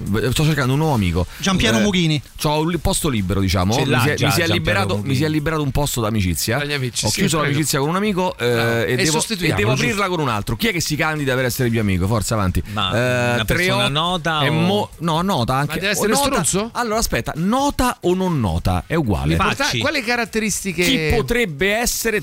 V- Sto cercando un nuovo amico.
Giampiero Mughini.
Ho un li- posto libero, diciamo.
Ce
Mi
l'ha
si, è,
già
mi si è
Giampiero
liberato,
Mughini.
mi si è liberato un posto d'amicizia.
Dagli amici,
Ho
sì,
chiuso
prego.
l'amicizia con un amico eh, e,
E
devo, e
sostituiamolo,
devo
giusto.
aprirla con un altro. Chi è che si candida per essere mio amico? Forza, avanti. Eh,
Ma una persona
o-
nota
e
o-
mo- No, nota anche.
deve essere
o nota-
struzzo?
Allora aspetta, nota o non nota? È uguale.
Porta- Quali caratteristiche?
Chi potrebbe essere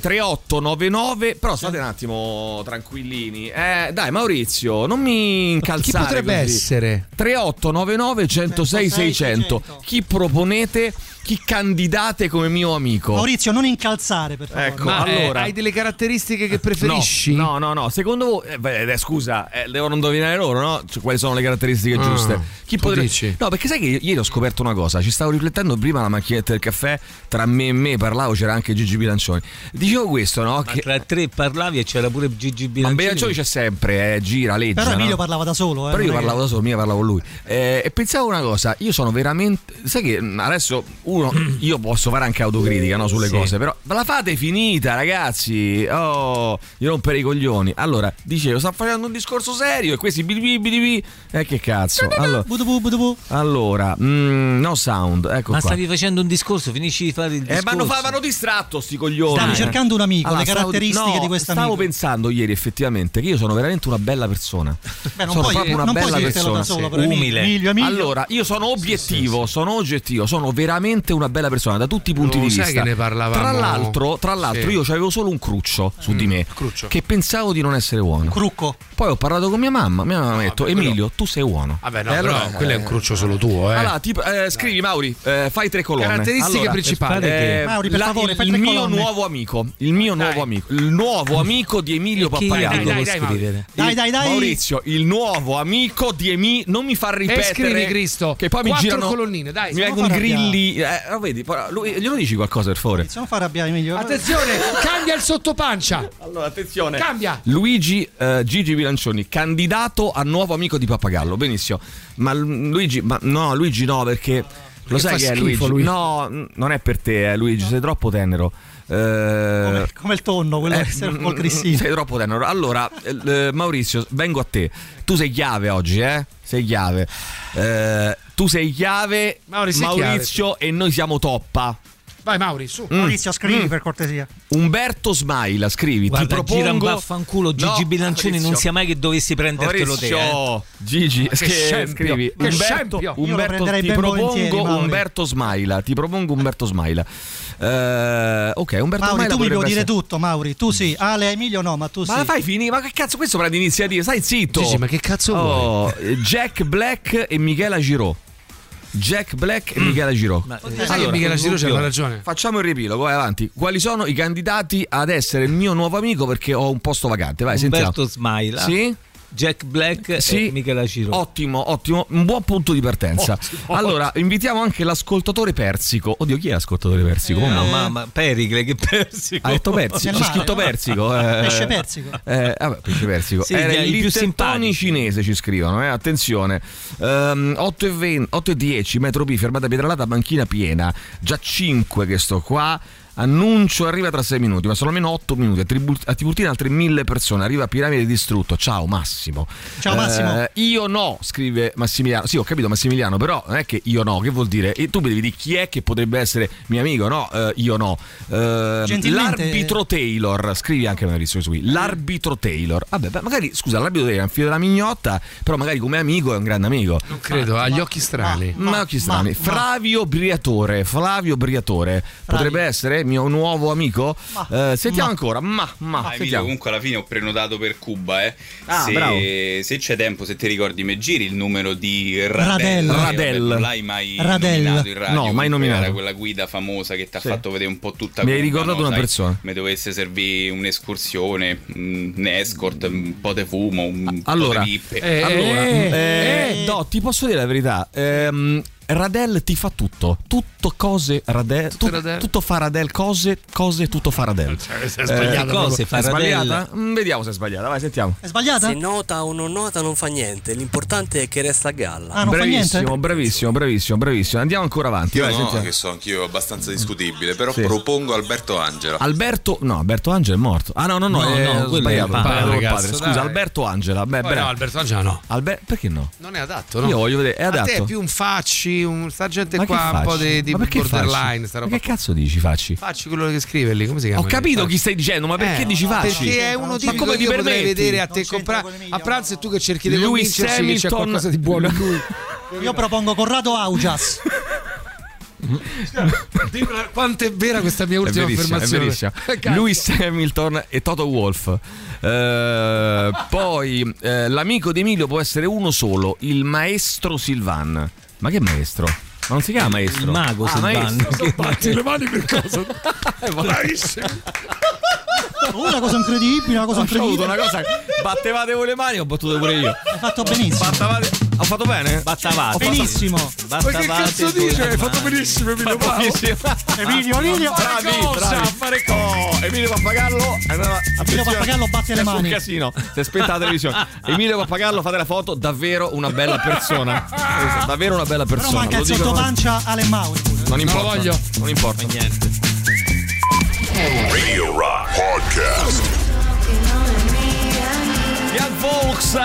3899? Però state un attimo tranquillini. Eh, dai, Maurizio, non mi
Chi
incalzare.
potrebbe
così.
essere?
3899 106 600. Chi proponete? Chi candidate come mio amico?
Maurizio, non incalzare per favore.
Ecco,
Ma, eh,
allora.
hai delle caratteristiche che preferisci?
No, no, no. no. Secondo voi, eh, beh, eh, scusa, eh, devono indovinare loro, no? Cioè, quali sono le caratteristiche
Mm.
Ah,
giuste?
tu dici?
No, perché sai che io- ieri ho scoperto una cosa. Ci stavo riflettendo prima alla macchinetta del caffè. Tra me e me parlavo, c'era anche Gigi Bilancioni. Dicevo questo, no? Che
Tra tre parlavi e c'era pure Gigi
ma
Bilancioni.
Bilancioni c'è sempre, eh, gira, legge.
Però
no?
Emilio parlava da solo. Eh,
Però io
non è che-
parlavo da solo, mica parlavo con lui. Eh, e pensavo una cosa, io sono veramente. Sai che mh, adesso uno. Io posso fare anche autocritica no, sulle
Sì.
cose, però. Ma la fate finita, ragazzi! Oh, di rompere i coglioni. Allora, dicevo, sta facendo un discorso serio e questi bili Eh, che cazzo. Allora,
Budubu, budubu.
allora, mm, no sound, ecco
Ma
qua.
stavi facendo un discorso, finisci di fare il
Eh,
discorso.
ma hanno, fa- mi hanno distratto sti coglioni.
Stavi
Eh.
cercando un amico,
Allora,
le
stavo-
caratteristiche
no,
di questo
Stavo
amico.
pensando ieri effettivamente che io sono veramente una bella persona.
Beh, non
sono
puoi-
proprio una
non puoi
bella
dirtelo da
persona.
solo, però, Emilio.
incredibile.
Emilio, Emilio. Allora, io sono obiettivo, sono oggettivo, sono veramente una bella persona da tutti i punti
Lo
di
sai
vista.
che ne parlavamo?
Tra l'altro, tra l'altro
Sì. Mm,
io avevo solo un cruccio su di me
cruccio.
che pensavo di non essere buono.
Crucco.
Poi ho parlato con mia mamma, mia
Ah,
mamma mi ha detto "Emilio, tu sei buono".
Vabbè, no,
E allora-
però Eh, quello è un cruccio solo tuo, eh.
Allora, tipo, eh, scrivi Mauri, eh, fai tre colonne.
Caratteristiche
Allora,
principali.
eh,
Mauri, per
la-
favore,
il,
fai
il
tre
mio
colonne.
nuovo amico, il mio nuovo amico, il nuovo amico di Emilio
chi?
Pappagallo.
Dai, dai, dai, Mauri.
Il-
Dai, dai, dai.
Maurizio, il nuovo amico di Emilio, non mi fa ripetere
scrivi, Cristo,
che poi mi
quattro
girano
colonnine, dai.
Mi
Non
vengono
fa arrabbiare.
grilli, eh, lo vedi, però, lui- glielo dici qualcosa per favore.
Non fa arrabbiare Emilio.
Attenzione, cambia il sottopancia.
Allora, attenzione.
Cambia.
Luigi eh, Gigi Bilancioni, candidato a nuovo amico di Pappagallo. Benissimo. Ma mm, Luigi, ma no, Luigi no, perché lo
Perché
sai
fa
che è
schifo, lui.
Luigi? No, n- non è per te, eh, Luigi, sei troppo tenero. Eh,
Come il tonno, quello che serve col grissino.
sei troppo tenero. Allora, eh, eh, Maurizio, vengo a te. Tu sei chiave oggi, eh? Sei chiave. Eh, tu sei chiave,
Mauri, sei
Maurizio, e noi siamo toppa.
Vai Mauri, su.
Mm. Maurizio, scrivi, Mm.
per cortesia.
Umberto Smaila, scrivi, ti
Guarda,
propongo
gira un baffanculo Gigi
No,
Bilancioni, non
Maurizio.
sia mai che dovessi prendertelo te.
Maurizio,
eh.
Gigi,
Che
che
scempio,
scrivi
che
Umberto,
scempio. Io lo
Umberto
prenderei
ti
ben volentieri,
propongo
Mauri.
Umberto Smaila, ti propongo Umberto Smaila. Eh, ok, Umberto
Mauri,
Smaila
tu mi
potrebbe
puoi dire
essere-
tutto, Mauri. Tu sì. Ale, Emilio no, ma tu sì.
Ma la fai finire? Ma che cazzo questo prende iniziativa? Stai zitto.
Gigi, ma che cazzo
Oh, eh, Jack Black e Michela Giro. Jack Black e Michela Giro.
sai che Michela Giro c'aveva ragione.
Facciamo il riepilogo, vai avanti. Quali sono i candidati ad essere il mio nuovo amico perché ho un posto vacante? Vai, Eh, sentiamo.
Umberto Smaila.
Sì.
Jack Black
Sì.
e Michela Ciro.
Ottimo, ottimo, un buon punto di partenza.
Ottimo.
allora, invitiamo anche l'ascoltatore Persico. Oddio, chi è l'ascoltatore Persico?
eh, no,
Mamma
mamma, Pericle che persico.
ha detto Persico, c'è scritto Persico. eh.
Ah, Pesce Persico.
Eh, vabbè, pesce Persico.
Sì,
Era
gli- i
il
più
Little Tony cinese, ci scrivono, eh, attenzione. Ehm, 8 e 20 8 e 10, metro B, fermata Pietralata, banchina piena. Già 5 che sto qua. Annuncio arriva tra 6 minuti, ma sono almeno 8 minuti. A, Tribu- a Tiburtina altre 1000 persone. Arriva Piramide distrutto. Ciao Massimo.
Ciao, Massimo.
Eh, io no, scrive Massimiliano. Sì, ho capito Massimiliano, però non è che io no, che vuol dire? E tu mi devi dire chi è che potrebbe essere mio amico, no? Eh, io no. Eh,
Gentilmente-
L'arbitro Taylor, scrivi anche Maurizio questo qui. L'arbitro Taylor. Vabbè, beh, magari scusa, l'arbitro Taylor è un figlio della mignotta, però magari come amico è un grande amico. Non
Credo, ha gli occhi strani.
Ma, occhi strani. Flavio Briatore, Flavio Briatore potrebbe essere mio nuovo amico? Eh, sentiamo ancora. Ma, ma,
Ah, Emilio,
sentiamo.
comunque alla fine ho prenotato per Cuba, eh.
Ah, bravo.
se, se c'è tempo, se ti ricordi, me giri il numero di Radel.
Radel.
Radel.
Non l'hai mai
Radel.
nominato in radio.
No, mai
comunque
nominato.
Era quella guida famosa che ti ha
Sì.
fatto vedere un po' tutta
Mi hai
Cuba,
ricordato
no?
una
Sai,
persona.
Mi dovesse servire un'escursione, un escort, un po' di fumo, un
Allora,
po' di pippe.
eh, allora, eh, no, ti posso dire la verità. Ehm, Radel ti fa tutto, tutto cose Radel, tu-
Radel. Eh, certo.
tutto fa Radel, cose, cose, tutto fa Radel.
se è sbagliata
cose,
proprio.
fa
È
sbagliata?
sbagliata?
Mm, vediamo se è sbagliata, vai, sentiamo.
È sbagliata?
Se nota o non nota non fa niente, l'importante è che resta a galla.
Ah,
Ah,
Ah,
bravissimo, bravissimo, bravissimo, bravissimo. Andiamo ancora avanti.
Io
eh, vai,
no,
sentiamo.
che so anch'io abbastanza discutibile, però
Sì.
propongo Alberto Angela.
Alberto, no, Alberto Angela è morto. Ah, no, no, no,
No,
eh,
no,
ho
quello è
sbagliato.
il padre,
Parlo col
ragazzo,
padre.
dai. Oh,
Scusa, Alberto Angela. Beh,
Poi
bravo.
no, Alberto Angela no.
Alber- perché no?
Non è adatto, no?
Io voglio vedere, è
A
adatto.
te è più un facci, un, sta gente
Ma che
qua un po'
facci?
di, di
Ma perché
borderline,
facci?
sta
Ma
roba.
che cazzo dici, facci?
Facci quello che scrive lì, come si chiama?
Ho capito chi stai dicendo, ma perché
Eh,
dici facci?
Perché è uno di
ma come ti
io
permetti?
potrei vedere a te comprare a pranzo e tu che cerchi di
Lewis
convincerci che c'è
Hamilton-
qualcosa di buono in lui.
Io propongo Corrado Augias.
Dimmela Quanto è vera questa mia ultima
è verissimo, è
affermazione?
verissimo.
Cazzo.
Lewis Hamilton e Toto Wolf. Eh, poi eh, l'amico di Emilio può essere uno solo, il maestro Silvan. Ma che maestro? Ma non si chiama maestro?
Il mago
Ah,
Silvan.
maestro.
Batti le mani per cosa? Bravissimo.
Una cosa incredibile, una cosa
Ho avuto
incredibile.
una cosa. Battevate voi le mani, ho battuto pure io.
Hai fatto benissimo.
Battavate- ho fatto bene?
Battavate.
Ho fatto-
Benissimo.
Battavate voi le mani.
benissimo, Emilio.
Fatto benissimo.
Emilio, Emilio.
Bravi, bravi. Oh, Emilio Pappagallo andava
Emilio
attenzione.
Pappagallo batte le
È fu
mani.
un casino. Si è spenta la televisione. Emilio Pappagallo fate la foto, davvero una bella persona. Davvero una bella persona.
Però manca
Lo
il
dico- Eh,
sottopancia Ale Mauri.
Non importa.
lo voglio.
Non importa. niente.
Radio Rock Podcast.
Young Folks,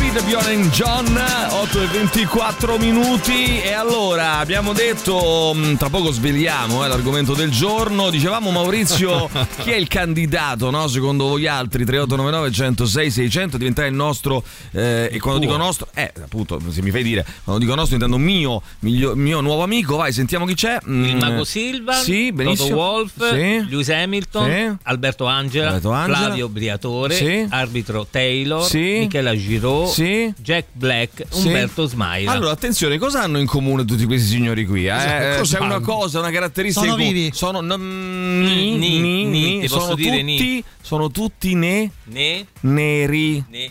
Peter eh, Bjorn and John, 8 e 24 minuti. E allora abbiamo detto, mh, tra poco svegliamo eh, l'argomento del giorno. Dicevamo Maurizio, chi è il candidato, no? Secondo voi altri, 3899 106 600, diventerà il nostro, eh, e quando
Tuo.
dico nostro, eh, appunto, se mi fai dire, quando dico nostro intendo mio, migli- mio nuovo amico, vai, sentiamo chi c'è.
Il
Mm,
Mago Silva,
sì, benissimo.
Toto Wolf,
Sì.
Lewis Hamilton,
Sì.
Alberto, Angela,
Alberto Angela.
Flavio Briatore,
Sì.
arbitro Taylor,
Sì.
Michela Giraud,
Sì.
Jack Black,
Sì.
Umberto Smaila.
Allora, attenzione, cosa hanno in comune tutti questi signori qui? Eh?
Esatto, cosa
C'è una
hanno?
cosa, una caratteristica.
Sono
in comune.
vivi?
Sono. no, mm,
Ni,
ni,
ni,
ni,
ti
sono
posso dire ni.
tutti- Sono tutti ne.
Ne?
Neri,
Ne-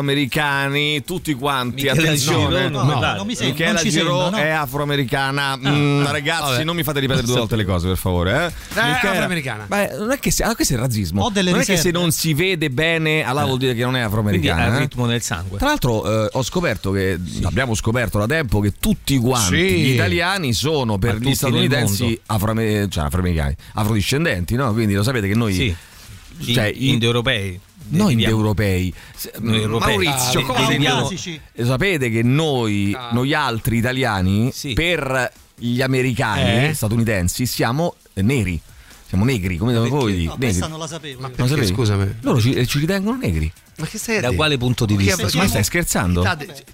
afroamericani, tutti quanti.
Michela
attenzione,
Giraud, no, no, no, non mi sembra,
Michela
non ci
Giraud
sembra, no.
è afroamericana. Mm,
ah,
ragazzi,
vabbè.
non mi fate ripetere due volte le cose, per favore. Eh, Michela-
afroamericana.
Ma non è che se, ah, questo è il razzismo.
Ho delle
non è che se
riserve.
non si vede bene,
Eh,
allora vuol dire che non è afroamericana.
Quindi ha il
eh.
ritmo del sangue.
Tra l'altro eh, ho scoperto che abbiamo scoperto da tempo che tutti quanti
Sì.
gli italiani sono
Ma
per
tutti
gli
nel
statunitensi
mondo.
afroame- cioè, afroamericani, afrodiscendenti, no? Quindi lo sapete che noi
Sì.
cioè,
I- indoeuropei.
No, indoeuropei. Se- mm,
Noi europei.
Maurizio,
Ah,
come
dei- dei
veniamo-
neoclasici.
Lo Sapete che noi,
Ah.
noi altri italiani, per gli americani
Eh?
statunitensi, siamo neri. Siamo negri, come voi
No,
neri.
questa non la sapevo.
Non lo sapevi? Loro ci, ci ritengono negri.
Ma che stai a
Da
dire?
quale punto di
Ma che
vista?
abbiamo-
Ma stai scherzando?
Metà de-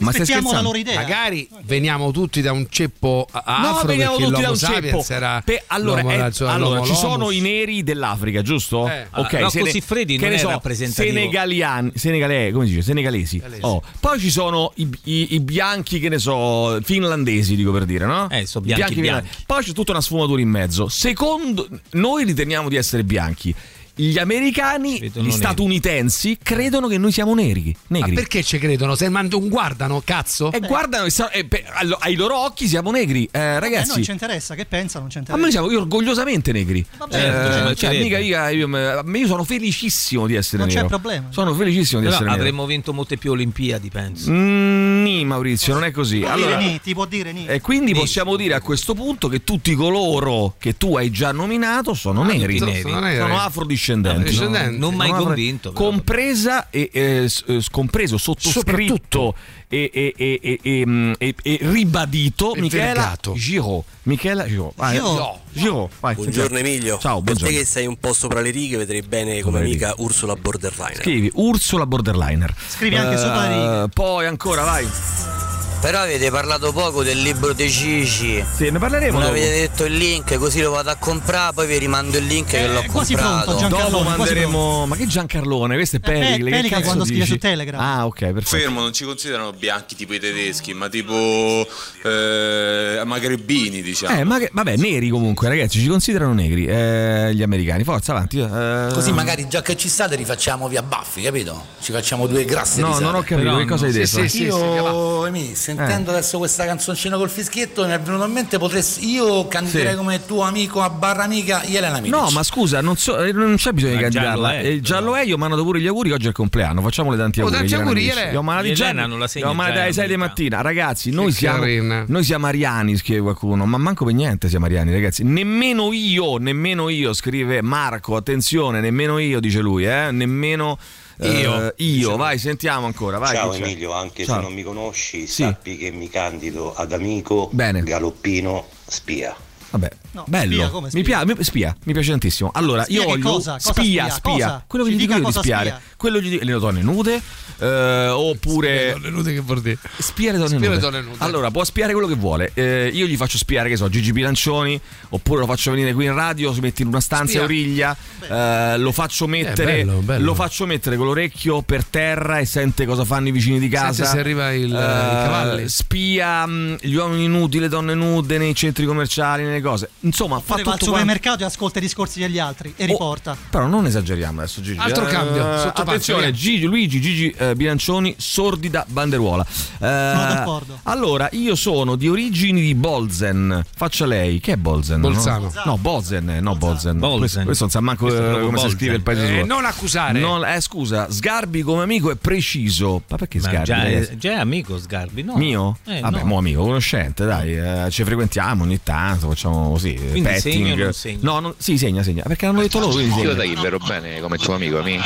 Ma stai
Rispettiamo
scherzando?
Magari veniamo tutti da un ceppo a-
No,
afro
veniamo
perché
tutti da
l'homo
un
sapiens
ceppo.
era
Pe- allora,
l'homo-
eh,
insomma,
allora,
l'homo
ci sono
lomus.
i neri dell'Africa, giusto?
Eh.
Ok,
Ah, Rocco
sene-
Siffredi
che
non
ne
è
so,
rappresentativo.
Senegaliani, senegale- come si dice? Senegalesi.
Senegalesi.
Oh, Poi ci sono i, i- i bianchi, che ne so, finlandesi, dico per dire, no? Eh,
so, bianchi, bianchi.
Poi c'è tutta una sfumatura in mezzo. Secondo noi riteniamo di essere bianchi. Gli americani, gli
neri.
statunitensi, credono che noi siamo neri. negri.
Ma perché ci credono? Se mando un guardano, cazzo.
E guardano, e sa- e pe- allo- ai loro occhi siamo negri. Eh,
Eh, non
ragazzi,
ci interessa, che pensa, non ci
a me
interessa.
siamo io orgogliosamente negri.
Vabbè,
Eh,
certo, ci
cioè,
mancherebbe.
mica io, io- ma io sono felicissimo di essere
Non c'è
nero.
problema.
Sono felicissimo di
Però
essere
avremmo vinto molte più Olimpiadi, penso.
nero. Mm, nì, Maurizio, non è così.
Ti può
Allora,
dire ni, ti può dire ni.
e quindi possiamo dire a questo punto che tutti coloro che tu hai già nominato sono neri.
tutti neri.
Sono,
Sono neri.
afrodiscendenti.
Afrodiscendenti. Non mai
afro-
convinto, però.
Compresa e eh, s- eh, scompreso, sottoscritto e, e- e- e- e, mm, e- e ribadito
E
Michela
vergato.
Giraud. Michela Giraud. Vai,
Giraud.
no. Giraud, vai,
Buongiorno
sentiamo.
Emilio.
Ciao,
per te
buongiorno.
che sei un po' sopra le righe vedrei bene come amica Ursula Borderline.
Scrivi Ursula Borderliner. Eh,
Scrivi anche sopra le righe.
Poi ancora, vai.
Però avete parlato poco del libro dei Cici.
Sì, ne parleremo
Non
dopo.
avete detto il link, così lo vado a comprare, poi vi rimando il link
Eh,
che l'ho
quasi
comprato.
pronto, Giancarlo.
Dopo
Giancarlone, quasi
manderemo. Ma che Giancarlone? Questo è Pericle.
Pericle
che cazzo
quando scrive
dici?
su Telegram.
Ah, ok, perfetto.
Fermo, non ci considerano bianchi tipo i tedeschi, ma tipo eh, magrebini, diciamo.
Eh, ma che- vabbè, neri comunque, ragazzi, ci considerano negri eh, gli americani. Forza, avanti. eh.
Così magari già che ci state rifacciamo via baffi, capito? Ci facciamo due grasse
No,
risate.
non ho capito, Però che cosa hai no. detto?
Sì, sì,
Eh.
io, Emi, sentendo adesso questa canzoncina col fischietto mi è venuto in mente potresti io candiderei
Sì.
come tuo amico a barra amica Elena Milic.
No, ma scusa, non, so- eh, non c'è bisogno di
Ma giallo
candidarla.
è,
Eh, Il giallo è, io mando pure gli auguri, oggi è il compleanno. Facciamole tanti
Oh,
auguri.
tanti
Elena
auguri,
Milici.
Elena.
Li ho mandati già-
Elena non la segna
Li ho mandati
già,
alle 6 di mattina. Ragazzi, noi siamo,
carina.
noi siamo ariani, scrive qualcuno, ma manco per niente siamo ariani, ragazzi. Nemmeno io, nemmeno io, scrive Marco, Ecco, attenzione, nemmeno io, dice lui, eh, nemmeno eh,
Io.
io. vai, sentiamo ancora, vai.
Ciao
chi c'è?
Emilio, anche
Ciao.
se non mi conosci,
Sì.
sappi che mi candido ad amico
Bene.
galoppino spia.
Vabbè, bello.
spia come
Mi, piace, mi- spia, mi piace tantissimo. Allora,
Spia
io
che
voglio
cosa? Cosa
spia,
spia?
spia.
Cosa?
Quello che
Ci
gli dico
dica
io di
cosa
spiare.
spia.
Quello gli dico le donne nude eh, oppure le donne nude che vuol dire? Spia le donne,
Spia le
nude.
donne nude.
Allora, può spiare quello che vuole. Eh, io gli faccio spiare che so, Gigi Bilancioni, oppure lo faccio venire qui in radio, si mette in una stanza
Spia.
e origlia, eh, lo faccio mettere
bello, bello.
lo faccio mettere con l'orecchio per terra e sente cosa fanno i vicini di casa. Eh,
se arriva il- i cavalli.
Spia mh, gli uomini nudi, le donne nude nei centri commerciali, nelle cose. Insomma, fa tutto
Oppure va al
quanto. Oh,
supermercato e ascolta i discorsi degli altri e riporta.
Però non esageriamo adesso, Gigi.
Altro cambio, sotto
Eh, attenzione,
parte, via.
Gigi, Luigi, Gigi eh, Bilancioni, sordida banderuola. sono
d'accordo.
Allora, io sono di origini di Bolzen. Faccia lei, che è Bolzen? no?
Bolzano.
No, Bozen, eh, no, Bolzen. Questo, questo non sa manco eh,
Questo è
come
proprio
si
Bolzen.
scrive il paese
Eh,
suo.
non accusare.
Non- eh, scusa, Sgarbi come amico è preciso. Ma perché
Ma
Sgarbi?
già, eh,
ragazzi?
è, già è amico Sgarbi, no?
Mio?
Eh,
Vabbè,
no.
mo amico, conoscente, dai, eh, ci frequentiamo ogni tanto, facciamo così.
Quindi
petting.
segno o non segno?
No, non- sì, segna, segna. Perché l'hanno detto loro, quindi
Io
segna.
dai che vero bene come tuo amico, mi.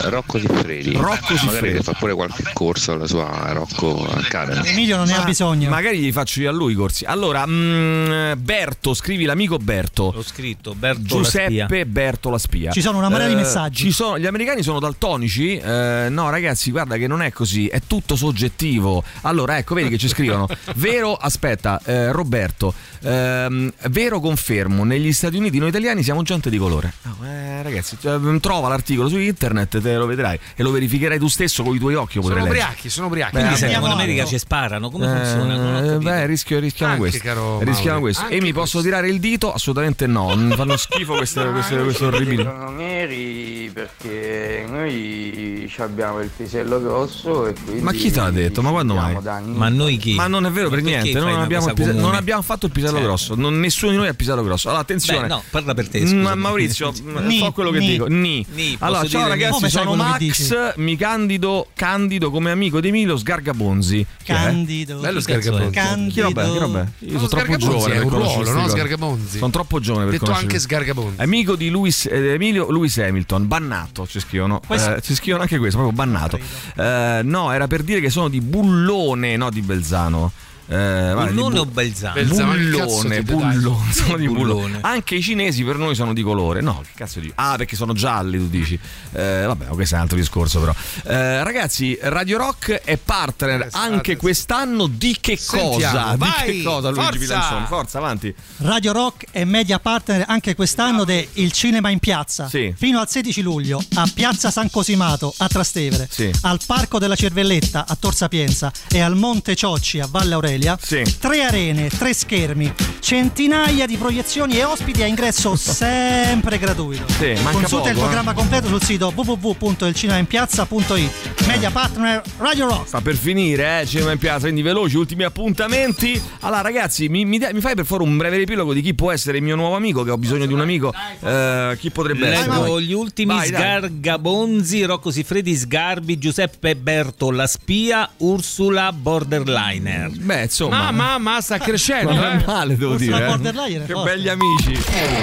Rocco Siffredi.
Eh. Rocco
Magari
Siffredi.
che fa pure qualche corso alla sua Rocco Academy.
Emilio non ne ha bisogno.
Magari gli faccio io a lui i corsi. Allora, mm, Berto, scrivi l'amico Berto. L'ho
scritto, Berto la
Giuseppe
spia.
Berto la spia.
Ci sono una marea di
Eh,
messaggi.
ci sono- gli americani sono daltonici? Eh, no, ragazzi, guarda che non è così, è tutto soggettivo. Allora, ecco, vedi che ci scrivono. Vero, aspetta, eh, Roberto, ehm, vero confermo, negli Stati Uniti noi italiani siamo gente di colore.
Ah.
No, eh, ragazzi, cioè, trova l'articolo su internet, te lo vedrai e lo verificherai tu stesso con i tuoi occhi.
Sono
potrai leggere.
ubriachi, sono ubriachi.
Quindi se
andiamo
in America
avanti.
ci sparano, come
Eh,
funziona? Non ho capito.
beh, rischio- rischiamo
Anche,
questo.
caro Mauri,
rischiamo questo.
anche
E mi posso tirare il dito? Assolutamente no. Mi fanno schifo queste, queste, queste orribili.
Sono neri perché noi ci abbiamo il pisello grosso e quindi
Ma chi te l'ha detto? Ma quando mai?
siamo danni.
Ma noi chi?
Ma non è vero per
Ma perché
niente.
fai
Non
una
abbiamo,
cosa
il pise-
comune?
non abbiamo fatto il pisello
Cioè.
grosso. non- nessuno di noi ha il pisello grosso. Allora, attenzione.
Beh, no, parla per te,
Mm,
scusami.
Maurizio,
Ni,
so quello che
ni.
dico. Ni.
Ni, posso
allora,
dire
ciao
ni?
ragazzi,
Come sai
sono
quello che
Max. Mi candido, candido come amico di Emilio Sgargabonzi. Eh? Chi è?
Candido. Bello Chi cazzo Sgargabonzi. è?
Chi roba? Chi roba? Io
No,
sono eh, troppo
Sgargabonzi
giovane.
Mm, è
per
un
conoscere
ruolo,
queste
no?
cose.
Sgargabonzi.
Sono troppo giovane per
Detto
conoscere
anche
queste-
Sgargabonzi.
Amico di Lewis- eh, Emilio Lewis Hamilton, bannato, ci scrivono.
Questo-
Eh, ci scrivono anche questo, proprio bannato. Eh, no, era per dire che sono di Bullone, no di Belzano. Eh, vabbè, di
Bullone
Bu-
o Belzano? Belzano, che cazzo
Bullone,
dite, dai?
Bullone, sono di
Bullone.
Bullone. Anche i cinesi per noi sono di colore. No, che cazzo di. Ah, perché sono gialli, tu dici. Eh, vabbè, questo è un altro discorso, però. Eh, ragazzi, Radio Rock è partner anche quest'anno di che
Sentiamo,
cosa? di
vai,
che cosa, Luigi
forza!
Bilancioni? Forza, avanti.
Radio Rock è media partner anche quest'anno de Il Cinema in Piazza.
Sì.
Fino al 16 luglio a Piazza San Cosimato a Trastevere,
Sì.
al Parco della Cervelletta a Tor Sapienza e al Monte Ciocci a Valle Aurelia. Tre arene, tre schermi, centinaia di proiezioni e ospiti a ingresso sempre gratuito.
Sì, manca
Consulta il
poco, eh.
programma completo sul sito www.ilcinemainpiazza.it. Media partner Radio Rock.
Sta per finire, eh, Cinema in Piazza, quindi veloci, ultimi appuntamenti. Allora ragazzi, mi, mi dai- mi fai per favore un breve riepilogo di chi può essere il mio nuovo amico, che ho bisogno di un amico. Eh, chi potrebbe essere?
Leggo
Vai.
gli ultimi
Vai, dai.
Sgargabonzi, Rocco Siffredi, Sgarbi, Giuseppe Berto, La Spia, Ursula Borderliner.
Beh,
Ma, ma, ma sta crescendo.
Non è
eh.
male, devo Ursula dire, eh.
Borderline è
Che
forte.
belli amici.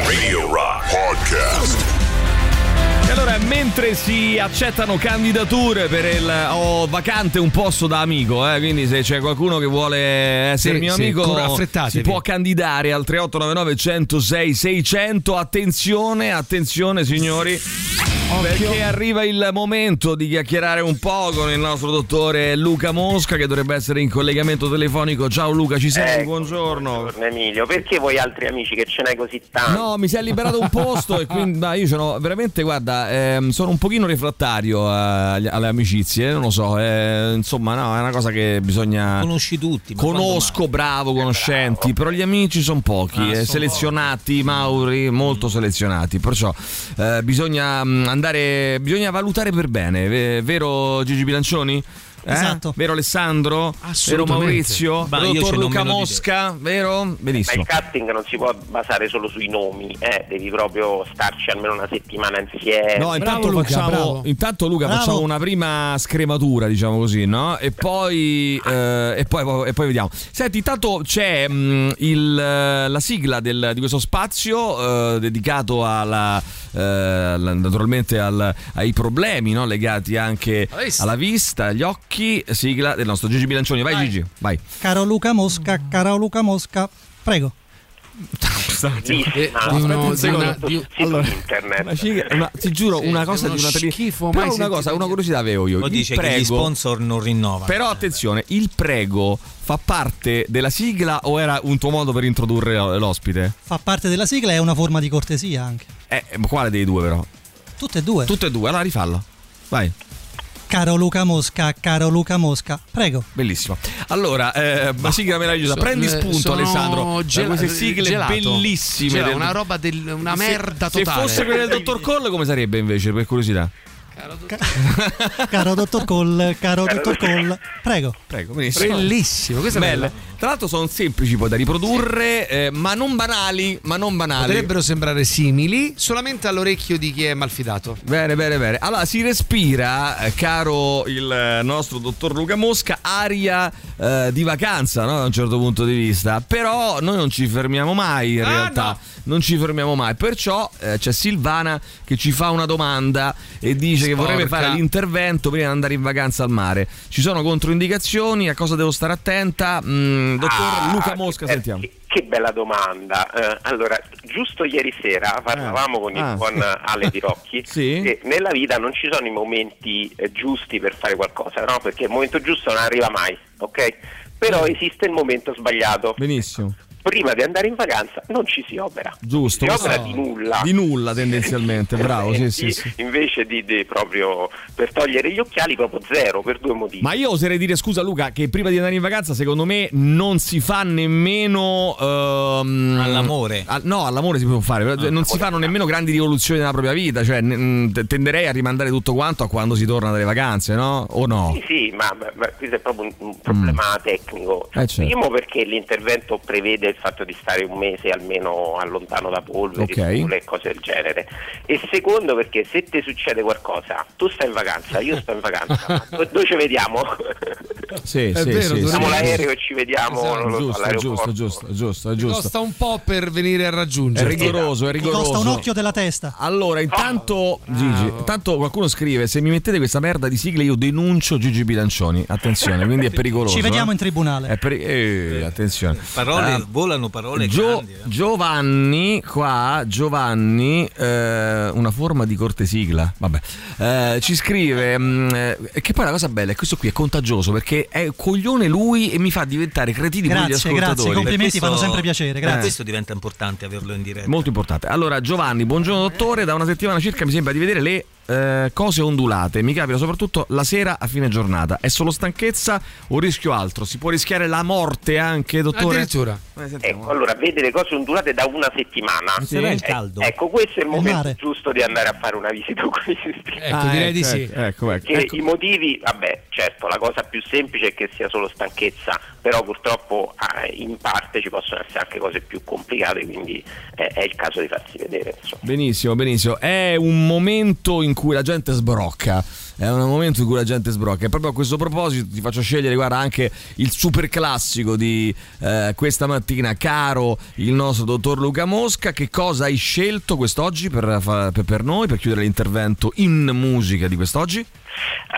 Radio Rock Podcast.
E allora, mentre si accettano candidature per il ho vacante un posto da amico, eh, quindi se c'è qualcuno che vuole essere
Sì,
mio
sì,
amico,
cor- affrettatevi.
si può candidare al 3899 106 600. Attenzione, attenzione signori. Perché arriva il momento di chiacchierare un po' con il nostro dottore Luca Mosca che dovrebbe essere in collegamento telefonico. Ciao Luca, ci sei? buongiorno.
Ecco, Emilio, perché voi altri amici che ce n'hai così tanti?
No, mi si è liberato un posto e quindi ma io sono veramente, guarda, ehm, sono un pochino refrattario eh, agli- alle amicizie, non lo so, eh, insomma, no, è una cosa che bisogna...
Conosci tutti. ma
Conosco, bravo, conoscenti, però gli amici sono pochi, eh, selezionati, Mauri, molto selezionati, perciò eh, bisogna mm, andare, bisogna valutare per bene, ve- vero Gigi Bilancioni? Eh?
Esatto.
Vero Alessandro? Vero
Assolutamente.
Maurizio?
Ma
vero
io
dottor
ce n'ho
Luca
meno di te.
Mosca? Vero? Benissimo.
Ma il casting non si può basare solo sui nomi, eh, devi proprio starci almeno una settimana insieme.
No, intanto, facciamo, intanto Luca
Eh, Bravo.
facciamo una prima scrematura, diciamo così, no? E poi, eh, e poi, e poi vediamo. Senti, intanto c'è mh, il, eh, la sigla del- di questo spazio eh, dedicato alla, eh, alla- naturalmente al- ai problemi no? legati anche
Alla vista.
alla vista, agli occhi, sigla del nostro Gigi Bilancioni. Vai, Gigi, vai.
Caro Luca Mosca, caro Luca Mosca, prego.
Eh,
Ah,
aspetta
no,
un secondo.
una- di-
Allora,
internet.
una sigla- una- ti giuro, una cosa
uno
di una tele-
schifo
Però
mai
una cosa,
sentito.
una curiosità avevo io.
Poi
Il
dice che gli
prego-
sponsor non rinnovano.
Però attenzione, il prego fa parte della sigla o era un tuo modo per introdurre l- l'ospite?
Fa parte della sigla, è una forma di cortesia anche.
Eh, ma quale dei due però?
Tutte e due.
Tutte e due, allora rifalla. Vai.
Caro Luca Mosca, caro Luca Mosca, prego.
Bellissimo. Allora, eh, ma sigla meravigliosa.
so-
Prendi
eh,
spunto,
sono
Alessandro.
gel-
da queste sigle
gelato.
bellissime.
Gelato,
del-
una roba del- una
Se-
merda
Se
totale.
fosse quella del dottor Cole, come sarebbe invece? Per curiosità.
Caro dottor Call, caro dottor Call, prego.
Prego, benissimo.
Bellissimo, questa è
Belle.
bella.
Tra l'altro sono semplici poi da riprodurre, eh, ma non banali, ma non banali.
Potrebbero sembrare simili solamente all'orecchio di chi è malfidato.
Bene, bene, bene. Allora si respira, eh, caro il eh, nostro dottor Luca Mosca, aria eh, di vacanza no? da un certo punto di vista. Però noi non ci fermiamo mai
Ah,
in realtà. Non ci fermiamo mai. Perciò eh, c'è Silvana che ci fa una domanda e dice che vorrebbe
Sporca.
fare l'intervento prima di andare in vacanza al mare. Ci sono controindicazioni, a cosa devo stare attenta? Mm, dottor
Ah,
Luca Mosca,
eh,
sentiamo.
Che, che bella domanda. Eh, allora, giusto ieri sera parlavamo con il
ah.
buon Ale Di Rocchi che nella vita non ci sono i momenti eh, giusti per fare qualcosa, no? Perché il momento giusto non arriva mai, ok? Però esiste il momento
Eh.
sbagliato.
Benissimo.
Prima di andare in vacanza non ci si opera.
Giusto,
Si
questo-
opera di nulla.
Di nulla tendenzialmente, bravo, sì, sì,
Di-
sì.
Invece di, di proprio per togliere gli occhiali, proprio zero per due motivi.
Ma io oserei dire scusa Luca che prima di andare in vacanza secondo me non si fa nemmeno ehm,
All'amore.
al- no, all'amore si può fare,
Ah,
però cioè, non si fanno nemmeno grandi rivoluzioni nella propria vita, cioè ne- mh, t- tenderei a rimandare tutto quanto a quando si torna dalle vacanze, no? O no?
Sì, sì, ma, ma- ma questo è proprio un, un problema tecnico.
Eh, certo.
Primo perché l'intervento prevede il fatto di stare un mese almeno a- lontano da polveri,
Ok.
sulle e cose del genere. E secondo perché se ti succede qualcosa, tu stai in vacanza, io sto in vacanza, ma do- noi ci vediamo.
Sì,
È
sì,
vero,
sì,
dovremmo-
Facciamo
sì.
l'aereo e ci vediamo
Esatto,
non lo so,
Giusto,
all'aeroporto.
giusto, giusto, giusto, giusto.
Costa un po' per venire a
È
raggiungere.
rigoroso, è rigoroso.
Costa un occhio della testa.
Allora, intanto, Gigi, intanto qualcuno scrive: Se mi mettete questa merda di sigla, io denuncio Gigi Bilancioni. Attenzione, quindi è pericoloso.
Ci vediamo
eh.
in tribunale.
È peri- eh, attenzione.
Parole,
Ah,
volano parole
Gio-
grandi.
Giovanni, qua, Giovanni, eh, una forma di corte sigla, vabbè, eh, ci scrive, mm, eh, che poi la cosa bella è questo qui è contagioso perché è coglione lui e mi fa diventare cretini pure gli
Grazie, grazie,
ascoltatori.
complimenti,
Per
fanno sempre piacere,
per
grazie.
Questo diventa importante averlo in diretta.
Molto importante. Allora, Giovanni, buongiorno dottore. Da una settimana circa mi sembra di vedere le eh, cose ondulate. Mi capita soprattutto la sera a fine giornata. È solo stanchezza o rischio altro? Si può rischiare la morte anche, dottore?
Addirittura.
Ecco, allora vede le cose ondulate da una settimana.
Sì. Sarà il
Eh,
caldo.
Ecco, questo è il momento
mare.
giusto di andare a fare una visita oculistica.
Ecco, direi di sì.
Ah, Ecco, ecco.
Che i motivi, vabbè, certo, la cosa più semplice è che sia solo stanchezza, però purtroppo eh, in parte ci possono essere anche cose più complicate, quindi eh, è il caso di farsi vedere. insomma.
Benissimo, benissimo. È un momento in cui la gente sbrocca. È un momento in cui la gente sbrocca. E proprio a questo proposito ti faccio scegliere, guarda, anche il super classico di eh, questa mattina, caro il nostro dottor Luca Mosca. Che cosa hai scelto quest'oggi per, fa- per- per noi, per chiudere l'intervento in musica di quest'oggi?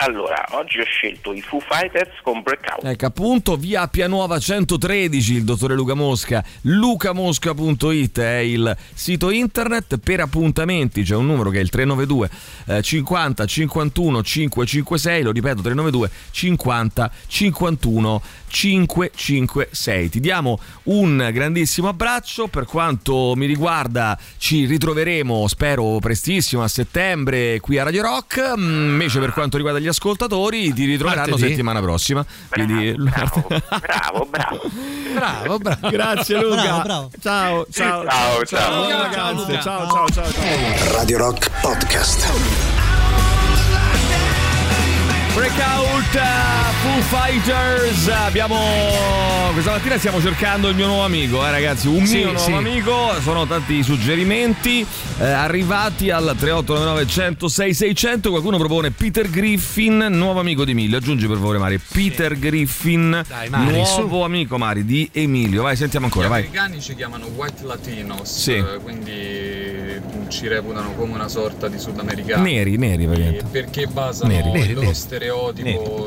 Allora, oggi ho scelto i Foo Fighters con Breakout.
Ecco, appunto, via Pianuova 113, il dottore Luca Mosca. Lucamosca.it è il sito internet per appuntamenti. C'è un numero che è il 392 eh, 50 51 556. Lo ripeto, 392 50 51 556. Ti diamo un grandissimo abbraccio. Per quanto mi riguarda, ci ritroveremo, spero, prestissimo a settembre qui a Radio Rock. Mm, Invece, per quanto riguarda gli ascoltatori, ti ritroveranno
Martedì.
settimana prossima. Quindi,
Bravo, bravo.
Bravo, bravo.
Grazie Luca.
Bravo, bravo.
Ciao, ciao,
Ciao, ciao.
Buone vacanze. Ciao, ciao, ciao.
Radio Rock Podcast.
Breakout eh, Foo Fighters. uh, Abbiamo questa mattina stiamo cercando il mio nuovo amico, eh ragazzi, un
Sì,
mio nuovo
sì.
amico. Sono tanti i suggerimenti eh, arrivati al 3899 106 600. Qualcuno propone Peter Griffin, nuovo amico di Emilio. Aggiungi per favore Mari Peter Griffin,
Mari,
nuovo amico Mari di Emilio. Vai, sentiamo ancora,
Gli
vai.
americani ci chiamano white latinos,
Sì.
eh, quindi mm, ci reputano come una sorta di sudamericani.
Neri, neri
Eh,
praticamente.
Perché basano
Neri,
il
neri,
loro
neri.
stereotipo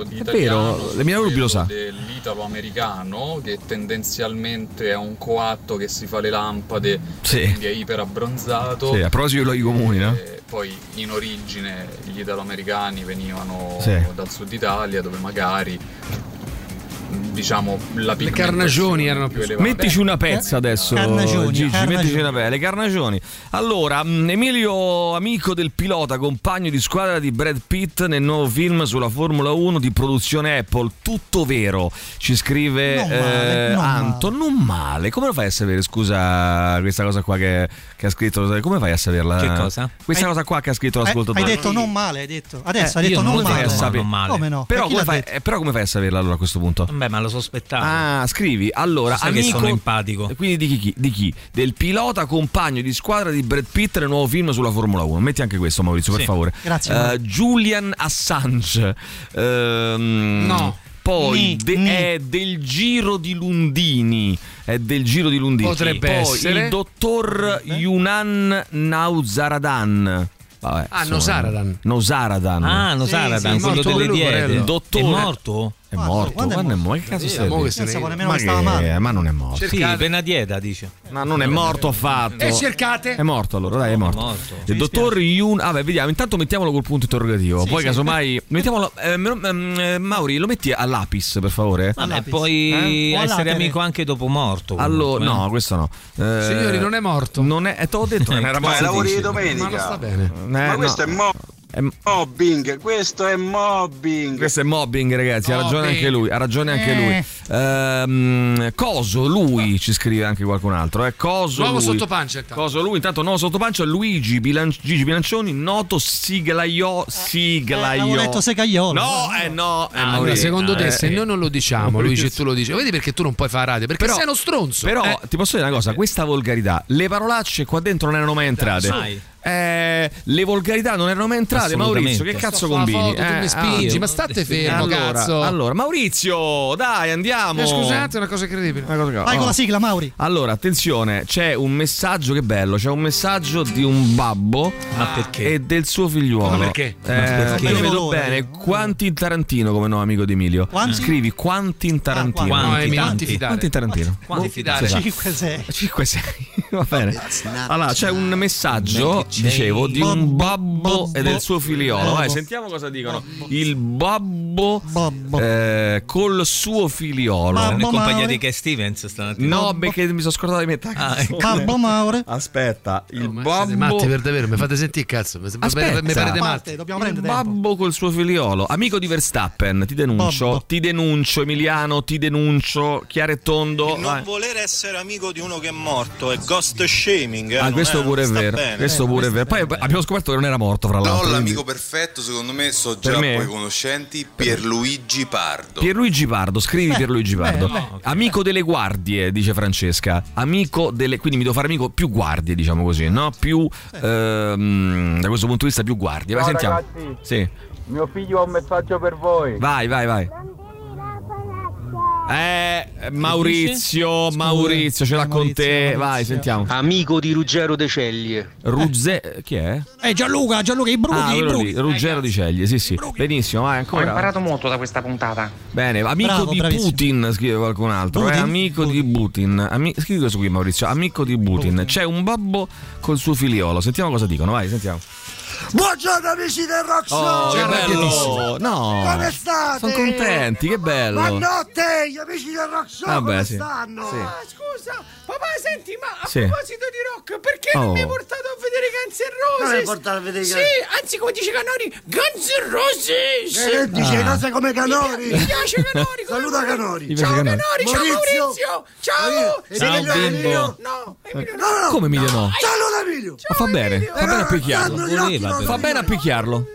di
È
italiano
vero,
su
l'Emiliano Rubio lo
quello
sa.
dell'italo-americano che tendenzialmente è un coatto che si fa le lampade,
Sì.
quindi è iperabbronzato.
Sì, a proposito dei luoghi comuni, no?
Eh, Poi in origine gli italo-americani venivano
Sì.
dal sud Italia dove magari diciamo la
Le carnagioni erano più elevate.
Mettici una
Eh?
pezza adesso,
Carnagioni,
Gigi.
carnagioni.
Mettici una pezza, le carnagioni. Allora, mh, Emilio, amico del pilota, compagno di squadra di Brad Pitt nel nuovo film sulla Formula 1 di produzione Apple. Tutto vero, ci scrive
Non
eh,
male, non
Anton. Non male, come lo fai a sapere? Scusa, questa cosa qua che, che ha scritto, come fai a saperla?
Che cosa?
Questa cosa qua che ha scritto
Eh,
l'ascoltatore.
hai detto non male, hai detto. Certo. Adesso
Eh,
hai
io
detto
non
non,
lo fai
male.
a sapere.
Non male.
Come no?
Però
E chi
come,
l'ha
fai,
detto?
eh, però come fai a saperla allora a questo punto?
Beh, ma lo sospettavo.
Ah, scrivi. Allora,
Tu sai che
amico,
sono empatico.
Quindi di chi, chi- Di chi? Del pilota compagno di squadra di Brad Pitt nel nuovo film sulla Formula 1. Metti anche questo, Maurizio, per
Sì.
favore.
Grazie,
Eh,
Maurizio.
Julian Assange. Ehm,
No.
Poi
Ni,
de-
ni.
è del giro di Lundini. È del giro di Lundini.
Potrebbe
Poi
Eh?
essere.
il dottor Yunan Nauzaradan. Vabbè,
Ah,
insomma,
Nosaradan.
Nosaradan.
Ah,
Sì,
Nosaradan,
sì,
quello
il dottore
delle
Lucarello.
diete.
Il dottore
È morto?
È morto. Quando è morto? Ma che cazzo
Sì,
stai
mo
lì?
che se ne-
Pensavo nemmeno
ma
che
che-
stava male. Ma non è morto.
Sì, vena dieta dice.
Ma non è morto affatto.
Eh,
E cercate?
È morto allora, dai, è morto. Il dottor Yun. Ah, beh, vediamo. Intanto mettiamolo col punto interrogativo. Poi,
sì.
casomai. Mettiamolo. eh, me- mm, eh, Mauri, lo metti all'apis, per favore.
Vabbè, puoi
Eh? O
essere
all'atere.
amico anche dopo morto.
Allora,
comunque, eh.
no, questo no. Eh,
Signori, non è morto.
Non è, eh, te l'ho detto, non era
Ma
morto.
lavori di
dici.
domenica.
Ma non sta bene.
Eh,
ma
no.
questo è mo- mobbing, questo è mobbing.
Questo è mobbing, ragazzi. Ha ragione
Mobbing.
anche lui. Ha ragione anche
Eh.
lui. Ehm, Coso, lui ci scrive anche qualcun altro. Eh. Coso,
Nuovo
lui.
sottopancia, intanto.
Coso, lui. Intanto, nuovo sottopancia. Luigi Bilan- Gigi Bilancioni, noto siglaio.
Eh,
Siglaio.
avevo detto segaiolo.
No, eh no. eh,
Ah, allora,
Mauri,
secondo te,
eh,
se
eh.
noi non lo diciamo,
Luigi,
Luigi, e tu lo dici, vedi perché tu non puoi fare radio? Perché sei uno stronzo.
Però
Eh,
ti posso dire una cosa: questa volgarità, le parolacce qua dentro non erano mai entrate.
mai.
Eh, le volgarità non erano mai entrate, Maurizio. Che
Assolutamente. Sto
cazzo
a fa'
combini? Eh, ah.
foto, tu mi spingi, ma state fermo,
allora,
cazzo.
Allora, Maurizio, dai, andiamo.
eh, scusate, è una cosa incredibile.
Vai con la sigla, Mauri.
oh. Allora, attenzione, c'è un messaggio che bello, c'è un messaggio di un babbo e del suo figliuolo.
Ma perché?
Eh,
Ma perché?
Non vedo
Allora.
bene, Quanti in Tarantino come no, amico di Emilio.
Quanti? Ah,
Scrivi Quanti Boh, in Tarantino.
Ah, Quanti, No, Emilio, non ti fidare.
Quanti in Tarantino.
Quanti fidare?
5-6.
5 6 va bene allora c'è un messaggio dicevo di un babbo e del suo figliolo vai sentiamo cosa dicono il babbo eh, col suo
Non è
figliolo
compagnia di Ah, ecco. Cat Stevens stamattina.
no perché mi sono scordato di metà cazzo.
Babbo Maure.
aspetta il
Oh, Siete matti
babbo
per davvero, mi fate sentire cazzo. Mi,
Aspetta.
mi parete matti.
Parte, dobbiamo
il
prendere tempo.
babbo col suo figliolo amico di Verstappen ti denuncio ti denuncio Emiliano ti denuncio chiaro e tondo vai.
voler essere amico di uno che è morto è ghost shaming. eh,
Ah,
non
questo
è-
pure è
non sta
vero,
bene.
questo pure è vero. Poi abbiamo scoperto che non era morto, fra l'altro.
No,
quindi-
l'amico perfetto, secondo me, so
Per
già
me?
poi conoscenti, Pierluigi Pardo.
Certo. Pierluigi Pardo, scrivi
Beh,
Pierluigi
beh,
Pardo.
beh.
Amico delle guardie, dice Francesca. Amico delle. Quindi mi devo fare amico più guardie, diciamo così, no? Più. ehm, da questo punto di vista, più guardie. Vai,
Ciao,
sentiamo.
ragazzi.
Sì.
Mio figlio ha un messaggio per voi.
Vai, vai, vai. Eh, Maurizio, Maurizio, ce l'ha con te. Vai, sentiamo.
Amico di Ruggero De Ceglie.
Ruzze. Chi è?
Eh Gianluca, Gianluca, i bruchi,
ah, quello lì, Ruggero di Ceglie, sì, sì. Benissimo, vai
Ho
ancora.
imparato molto da questa puntata.
Bene, amico
Bravo,
di
bravissimo.
Putin, scrive qualcun altro.
Putin?
eh, amico di Putin. Ami- scrivi questo qui, Maurizio. Amico di Putin. C'è un babbo col suo figliolo. Sentiamo cosa dicono, vai, sentiamo.
Buongiorno amici del Rock
Oh,
Show!
che bello!
Come
No!
state?
Sono contenti, che
Ma
bello!
notte, gli amici del Rock Show
Vabbè,
come
sì.
stanno?
Sì.
Ah, scusa, papà senti, ma
Sì. proposito
di rock, perché
non Oh. mi hai
portato a vedere Guns N' Roses? Non hai portato a vedere
Sì,
anzi come dice Canori, Guns N' Roses!
Eh, dice
Ah.
cosa
cose
come Canori! Mi piace Canori! Saluta Canori!
Ti piace
Ciao
Canori.
Canori, ciao
Maurizio.
Maurizio! Ciao!
Ciao,
Emilio,
bimbo.
Emilio, No! no.
Come Emilio no?
Saluta Emilio! Eh,
Ma fa bene, fa bene a picchiarlo.
Stanno gli occhi
Voleva,
così.
Fa bene a picchiarlo.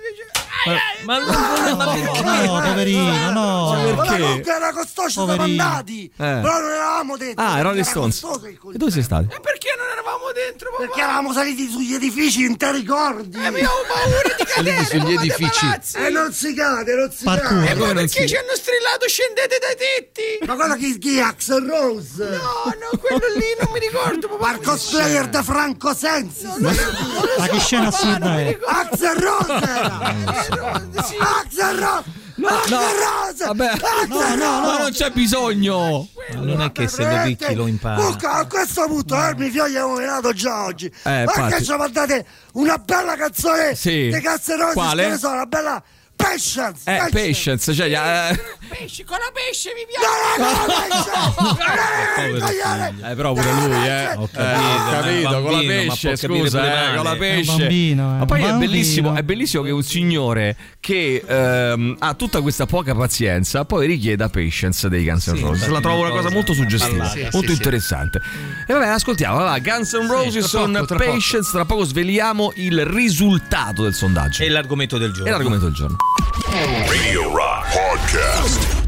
Ma non
No, poverino, no.
Ma la
Perché?
coppia era costosa, siamo
Poverino.
andati!
Eh.
Però non eravamo dentro!
Ah, i Rolling
era
Stones.
costoso il
E dove sei stato?
Perché non eravamo dentro? Perché eravamo saliti sugli edifici interi cordi. E avevo paura di
Saliti sugli edifici.
E Eh, non si cade, non si
Parkour.
cade.
Ma come non si-
hanno strillato scendete dai tetti? Ma guarda chi, chi è Axel Rose. No, no, quello lì non mi ricordo. Marco Slayer da Franco Sensi.
Ma che scena assurda è?
Axel Rose era. Axel Rose. Axel Rose. Axel Rose.
Ma non c'è bisogno!
Non è che se lo picchi lo impara.
Eh, Luca, a questo punto eh, mi fioglio nominato già oggi. Ma
Eh, infatti.
che ci mandate una bella canzone
Sì.
di Cazzerosi?
Quale?
che ne so, una bella Patience.
Eh,
Patience.
patience, cioè. eh,
Pesce, con la pesce mi piace.
povero figlio. Eh, però pure lui, eh. Ho
capito, ma è un
capito, con la
bambino,
pesce,
ma può capire pure
scusa, eh,
male.
con la
È un
pesce.
bambino, eh,
Ma poi
un
è
bambino.
bellissimo, è bellissimo che un signore che ehm, ha tutta questa poca pazienza poi richieda patience dei Guns N'
Sì,
Roses.
infatti
La trovo
una
una cosa
cosa
molto suggestiva,
ballata. Sì,
molto
sì, sì.
interessante. E vabbè, ascoltiamo, va, Guns N' Roses
tra
con
poco, tra poco.
patience, tra poco sveliamo il risultato del sondaggio.
È l'argomento del giorno.
È l'argomento del giorno.
Radio Rock Podcast.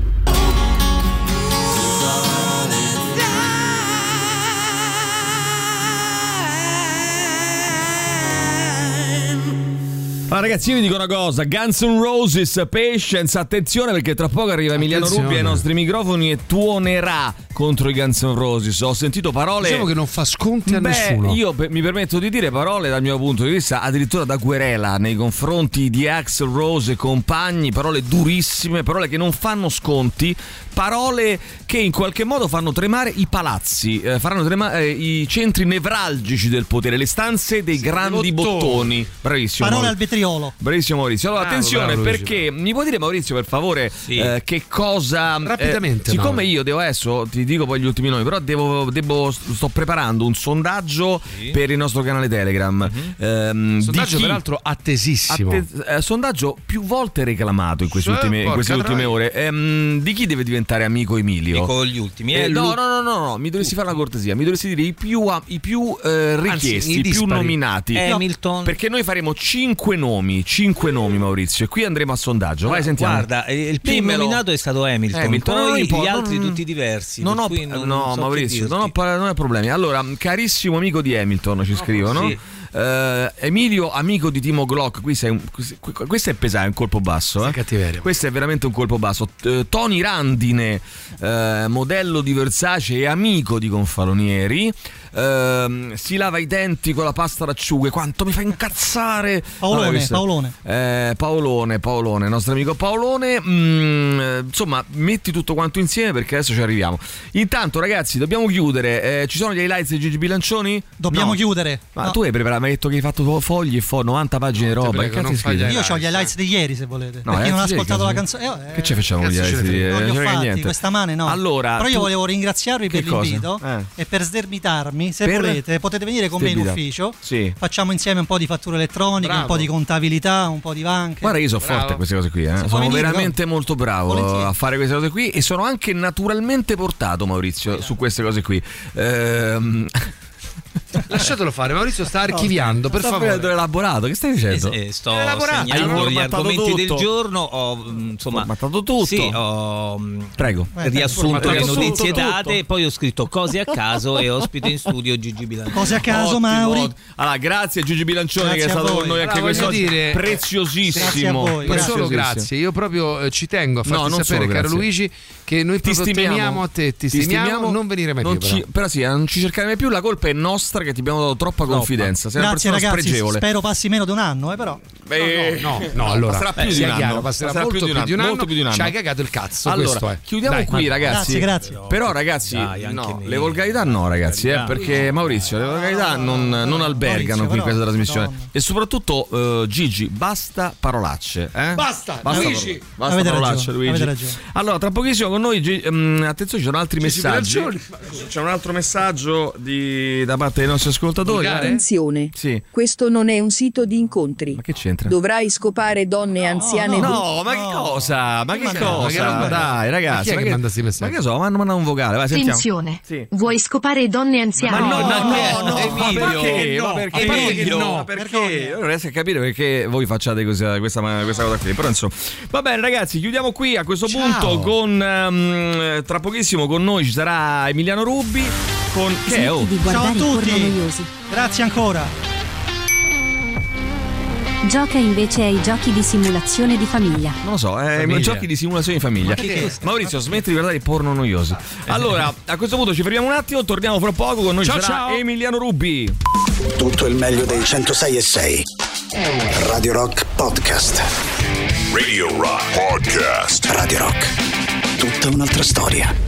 Allora ragazzi io vi dico una cosa, Guns N' Roses, Patience, attenzione perché tra poco arriva Emiliano
Attenzione.
Rubbi ai nostri microfoni e tuonerà contro i Guns N' Roses. Ho sentito parole.
Diciamo che non fa sconti a
Beh,
nessuno.
Io pe- mi permetto di dire parole dal mio punto di vista, addirittura da querela nei confronti di Axel Rose e compagni, parole durissime, parole che non fanno sconti, parole che in qualche modo fanno tremare i palazzi, eh, faranno tremare eh, i centri nevralgici del potere, le stanze dei grandi bottoni.
bottoni.
Bravissimo.
Parole al
Maurizio.
vetriolo.
Bravissimo Maurizio. Allora,
Bravo,
attenzione
bravo, Luigi.
perché mi può dire Maurizio per favore eh, che cosa eh,
Rapidamente,
siccome
Mauro.
io devo adesso ti dico poi gli ultimi nomi, però devo, devo- sto preparando un sondaggio per il nostro canale Telegram. ehm, di
Mhm. Sondaggio
chi-
peraltro attesissimo.
Atte- eh, sondaggio più volte reclamato in queste
Sì,
ultime, in
porca
queste ultime
troia.
ore. Ehm, di chi deve diventare amico Emilio?
Dico gli ultimi, eh,
no,
Lu-
no, no, no, no, mi dovresti fare una cortesia. Mi dovresti dire i più, a- i più, eh, richiesti,
i
i Eh, più
dispari.
nominati.
Hamilton.
No, perché noi faremo cinque nomi, cinque nomi, Maurizio, e qui andremo a sondaggio. Vai, sentiamo.
Guarda, eh, il primo
Dimmelo.
nominato è stato Hamilton,
Hamilton, non
poi
mi può-
gli altri
non-
tutti diversi.
Non
per
ho,
cui non-
Eh, no,
non so che
Maurizio,
dirti.
non ho, par- non ho problemi. Allora, carissimo amico di Hamilton, ci scrivono.
Ah, sì.
Eh, Emilio, amico di Timo Glock, qui sei un- qui- qui- questo è pesante, è un colpo basso. Eh. Questo è veramente un colpo basso. Eh, Tony Randine, eh, modello di Versace e amico di Confalonieri. Ehm, si lava i denti con la pasta d'acciughe. Quanto mi fa incazzare!
Paolone,
Vabbè, questo-
Paolone.
eh, Paolone, Paolone, nostro amico Paolone. mm, eh, insomma, metti tutto quanto insieme perché adesso ci arriviamo. Intanto, ragazzi, dobbiamo chiudere. Eh, ci sono gli highlights di Gigi Bilancioni?
Dobbiamo
No.
chiudere.
Ma
No.
tu hai preparato, mi hai detto che hai fatto fo- fogli e fo 90 pagine di roba. Che
prego,
cazzo
non
hai
fa gli
scritto?
Io ho gli highlights di ieri, se volete.
No, eh,
perché non ho
highlights di
ascoltato la
ieri,
canzone. Eh,
Che ci facciamo con gli
cazzo ce ne
highlights di
frega?
ieri?
Non
Non
li ho
frega
fatti,
niente.
questa mano no.
Allora,
Però io
tu-
volevo ringraziarvi
Che
per
cosa?
l'invito
Eh.
e per sdermitarmi. Se
Per-
volete, potete venire con me in
Sderbita.
ufficio.
Sì.
Facciamo insieme un po' di fatture elettroniche, un
Bravo.
po' di contabilità, un po' di banche.
Guarda, io sono forte a queste cose qui. eh.
può
Sono
venire,
veramente molto bravo
Volentieri.
a fare queste cose qui e sono anche naturalmente portato, Maurizio, su queste cose qui. Ehm,
Lasciatelo fare, Maurizio sta archiviando, per
sto
favore.
vedendo l'elaborato, che stai dicendo?
Eh, sto
Elaborato.
segnando
Hai
gli
formattato
argomenti del
tutto.
giorno. Ho mh, insomma,
formattato tutto.
Sì, ho
mm,
mh,
Prego.
Eh,
Eh,
riassunto le
Formattato
notizie
tutto,
date.
tutto.
Poi ho scritto cose a caso e ospite in studio Gigi Bilancioni.
Cose a caso,
Ottimo,
Mauri.
ottimo. Allora, grazie a Gigi Bilancioni
Grazie
che è
a
stato
voi.
con noi anche
Bravo, voglio
quest'oggi.
dire- Grazie a
Preziosissimo.
voi. Non solo
Preziosissimo.
grazie, io proprio eh, ci tengo a farti
No, non
sapere,
solo
caro
grazie.
Luigi, che noi
Ti
proprio
stimiamo.
temiamo a te, ti, stimiamo, non venire mai
non
più.
ci-
però.
però sì, eh, non ci cercare mai più, la colpa è nostra che ti abbiamo dato troppa confidenza. Sei
Grazie
una persona
ragazzi,
spregevole.
spero passi meno di un anno, eh, però.
Beh,
No, no, no, allora,
passerà più
eh,
di
sia
un
chiaro,
anno,
passerà
passerà
molto più di un anno, ci hai
anno.
cagato il cazzo,
Allora,
questo è.
chiudiamo
Dai.
qui, ragazzi. Eh,
Grazie, grazie.
Però, ragazzi, no, le volgarità no, ragazzi, eh, perché Maurizio, le volgarità non, non albergano qui in questa trasmissione. E soprattutto, eh, Gigi, basta parolacce. eh?
Basta, Luigi.
Basta
Avete
parolacce,
ragione,
Luigi.
avete ragione.
Allora, tra pochissimo con noi, Gi- ehm, attenzione, ci sono altri
Gigi
messaggi.
Bilancioni.
C'è un altro messaggio di- da parte dei nostri ascoltatori. eh?
Attenzione,
Sì.
questo non è un sito di incontri.
Che c'entra?
Dovrai scopare donne anziane
no,
brutte.
ma che cosa? Ma che
Ma no, che
cosa?
roba è?
Dai,
Ma chi
ragazzi,
è
ma
che manda questi
ma
messaggi?
che so, hanno mandato un vocale, vai, sentiamo.
Attenzione, vuoi scopare donne anziane?
ma perché?
no,
Ma perché?
a parte che
no,
no,
perché? Io non riesco a capire perché voi facciate questa, questa, questa cosa qui. Però insomma, va bene, ragazzi, chiudiamo qui a questo punto. Con ehm, tra pochissimo con noi ci sarà Emiliano Rubbi. Con che è, oh?
Ciao a tutti. Grazie ancora.
Gioca invece ai giochi di simulazione di famiglia.
Non lo so, eh,
Famiglia.
giochi di simulazione di famiglia.
Ma che Eh. è?
Maurizio, smetti di guardare i porno noiosi. Allora, a questo punto ci fermiamo un attimo, torniamo fra poco con noi
Ciao,
ci sarà
ciao.
Emiliano Rubbi.
Tutto il meglio dei 106 e 6. Radio Rock Podcast.
Radio Rock Podcast.
Radio Rock. Tutta un'altra storia.